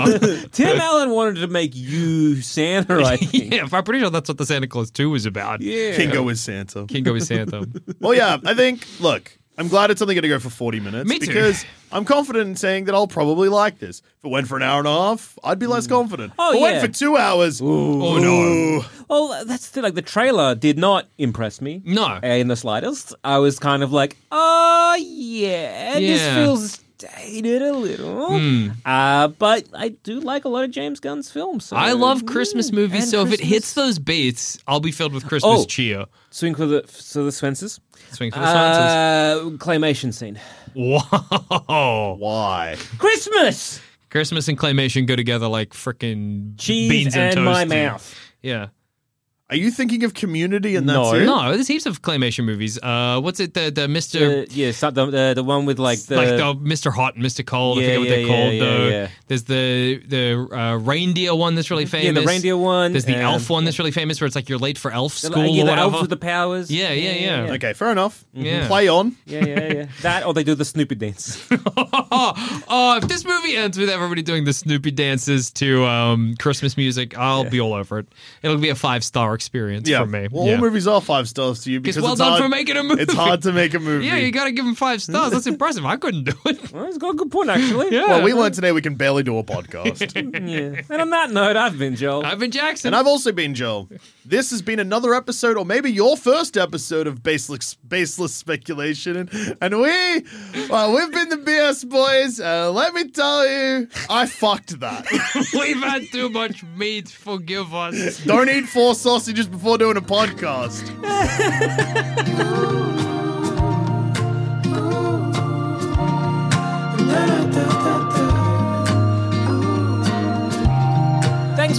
S2: uh-huh.
S1: Tim Allen wanted to make you Santa, I think.
S2: yeah, I'm pretty sure that's what the Santa Claus 2 was about.
S1: yeah.
S3: Kingo is Santa.
S2: Kingo is Santa.
S3: Well, yeah, I think, look, I'm glad it's only going to go for 40 minutes
S2: Me too.
S3: because I'm confident in saying that I'll probably like this. If it went for an hour and a half, I'd be
S2: Mm.
S3: less confident.
S1: Oh,
S3: if it
S1: yeah.
S3: went for two hours,
S2: Oh no.
S1: Well, that's the, like the trailer did not impress me.
S2: No.
S1: uh, in the slightest. I was kind of like, oh yeah, this
S2: Yeah. Hmm.
S1: feels dated a little. Uh, but I do like a lot of James Gunn's films. So.
S2: I love Christmas
S1: Mm,
S2: movies,
S1: and
S2: so if it
S1: Christmas-
S2: hits those beats, I'll be filled with Christmas
S1: Oh.
S2: cheer.
S1: swing for the so the Swensers,
S2: Swing for the sciences.
S1: uh, claymation scene,
S2: Whoa.
S3: why?
S1: Christmas
S2: Christmas and claymation go together like freaking
S1: cheese
S2: beans and,
S1: and,
S2: toast.
S1: my
S2: and-
S1: mouth. Uh,
S2: Yeah.
S3: Are you thinking of Community and that's
S1: No.
S3: it?
S2: No, there's heaps of claymation movies. Uh, what's it? The the Mister
S1: Uh, yeah, so the, the the one with like the
S2: like the Mr. Hot and Mr. Cold. I
S1: Yeah,
S2: forget what
S1: yeah,
S2: they're
S1: yeah,
S2: called.
S1: yeah,
S2: though.
S1: yeah.
S2: There's the the uh, reindeer one that's really famous.
S1: yeah the reindeer one.
S2: There's the
S1: and-
S2: elf one that's really famous, where it's like you're late for elf
S1: the-
S2: school
S1: yeah,
S2: or
S1: the
S2: whatever.
S1: elves with the powers.
S2: Yeah, yeah, yeah.
S3: Okay, fair enough. Mm-hmm.
S2: Yeah.
S3: Play on.
S1: yeah, yeah, yeah. That or they do the Snoopy dance.
S2: oh, oh, if this movie ends with everybody doing the Snoopy dances to um, Christmas music, I'll be all over it. It'll be a five star experience for me.
S3: Well,
S2: yeah.
S3: all movies are five stars to you because
S2: well
S3: it's
S2: done
S3: hard,
S2: for making a movie.
S3: It's hard to make a movie.
S2: yeah, you got to give them five stars. That's impressive. I couldn't do it.
S1: well, it's got a good point actually.
S2: Yeah.
S3: well, we learned today we can barely do a podcast.
S1: Yeah. And on that note, I've been Joel.
S2: Ivan Jackson.
S3: and I've also been Joel. This has been another episode, or maybe your first episode of Baseless, baseless Speculation. And, and we, well, we've been the BS Boys. Uh, let me tell you, I fucked that.
S2: We've had too much meat. Forgive us.
S3: Don't eat four sausages before doing a podcast.
S4: Thanks